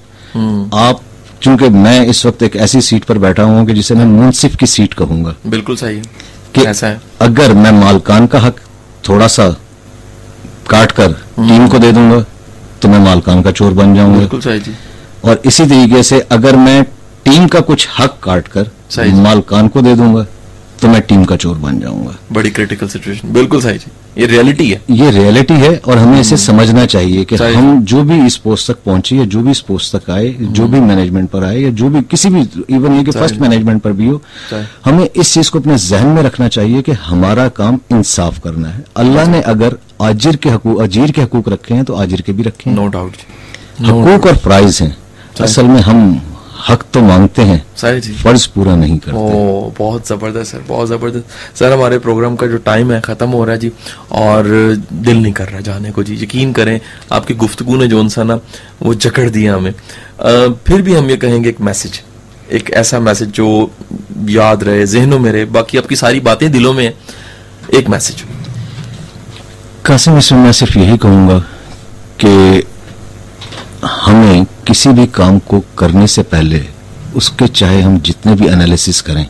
Speaker 2: آپ چونکہ میں اس وقت ایک ایسی سیٹ پر بیٹھا ہوں کہ جسے میں منصف کی سیٹ کہوں گا
Speaker 1: بالکل صحیح
Speaker 2: کہ
Speaker 1: ہے ایسا ہے
Speaker 2: اگر میں مالکان کا حق تھوڑا سا کاٹ کر ٹیم کو دے دوں گا تو میں مالکان کا چور بن جاؤں گا
Speaker 1: بالکل صحیح جی
Speaker 2: اور اسی طریقے سے اگر میں ٹیم کا کچھ حق کاٹ کر
Speaker 1: صحیح۔
Speaker 2: مالکان کو دے دوں گا تو میں ٹیم کا چور بن جاؤں گا
Speaker 1: بڑی کریٹیکل سچویشن بالکل صحیح جی
Speaker 3: یہ ریئلٹی ہے
Speaker 2: یہ ریئلٹی ہے اور ہمیں اسے سمجھنا چاہیے کہ
Speaker 3: صحیح۔
Speaker 2: ہم جو بھی اس پوسٹ تک پہنچے یا جو بھی اس پوسٹ تک آئے جو بھی مینجمنٹ پر آئے یا جو بھی کسی بھی ایون یہ کہ فرسٹ مینجمنٹ پر بھی ہو
Speaker 3: صحیح۔
Speaker 2: ہمیں اس چیز کو اپنے ذہن میں رکھنا چاہیے کہ ہمارا کام انصاف کرنا ہے اللہ نے اگر آجر کے حقوق اجیر کے حقوق رکھے ہیں تو آجر کے بھی رکھے ہیں
Speaker 3: نو ڈاؤٹ
Speaker 1: جی۔
Speaker 2: حقوق اور پرائز ہیں اصل میں ہم حق تو مانگتے ہیں
Speaker 1: صحیح جی
Speaker 2: فرض پورا نہیں کرتے
Speaker 1: او بہت زبردست سر بہت زبردست سر ہمارے پروگرام کا جو ٹائم ہے ختم ہو رہا ہے جی اور دل نہیں کر رہا جانے کو جی یقین کریں آپ کی گفتگو نے جو انسان وہ جکڑ دیا ہمیں آ، پھر بھی ہم یہ کہیں گے ایک میسج ایک ایسا میسج جو یاد رہے ذہنوں میں رہے باقی آپ کی ساری باتیں دلوں میں ہیں ایک میسج
Speaker 2: قاسم اس میں میں صرف یہی کہوں گا کہ ہمیں کسی بھی کام کو کرنے سے پہلے اس کے چاہے ہم جتنے بھی انالیسس کریں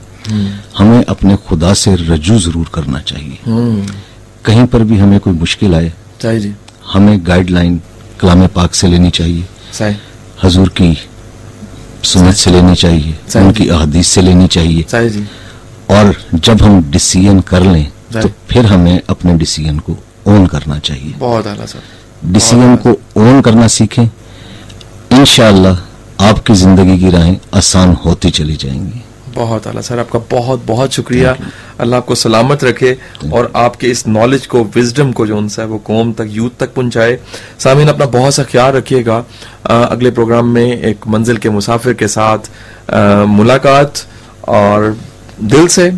Speaker 2: ہمیں اپنے خدا سے رجوع ضرور کرنا چاہیے
Speaker 1: ہوں
Speaker 2: کہیں پر بھی ہمیں کوئی مشکل آئے
Speaker 1: صحیح جی
Speaker 2: ہمیں گائیڈ لائن کلام پاک سے لینی چاہیے
Speaker 1: صحیح
Speaker 2: حضور کی سنت سے لینی چاہیے
Speaker 1: صحیح۔
Speaker 2: ان کی احادیث سے لینی چاہیے
Speaker 1: صحیح جی
Speaker 2: اور جب ہم ڈسیزن کر لیں تو
Speaker 1: صحیح۔
Speaker 2: پھر ہمیں اپنے ڈسیزن کو اون کرنا چاہیے
Speaker 1: بہت اعلیٰ سر
Speaker 2: ڈسیزن کو اون کرنا سیکھیں انشاءاللہ آپ کی زندگی کی راہیں آسان ہوتی چلی جائیں گی
Speaker 1: بہت اعلیٰ سر آپ کا بہت بہت شکریہ اللہ آپ کو سلامت رکھے اور آپ کے اس نالج کو وزڈم کو جو ان ہے وہ قوم تک یوتھ تک پہنچائے سامعین اپنا بہت سا خیال رکھیے گا آ، اگلے پروگرام میں ایک منزل کے مسافر کے ساتھ آ، ملاقات اور دل سے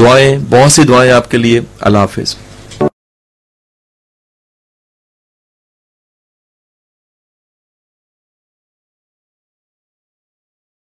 Speaker 1: دعائیں بہت سی دعائیں آپ کے لیے اللہ حافظ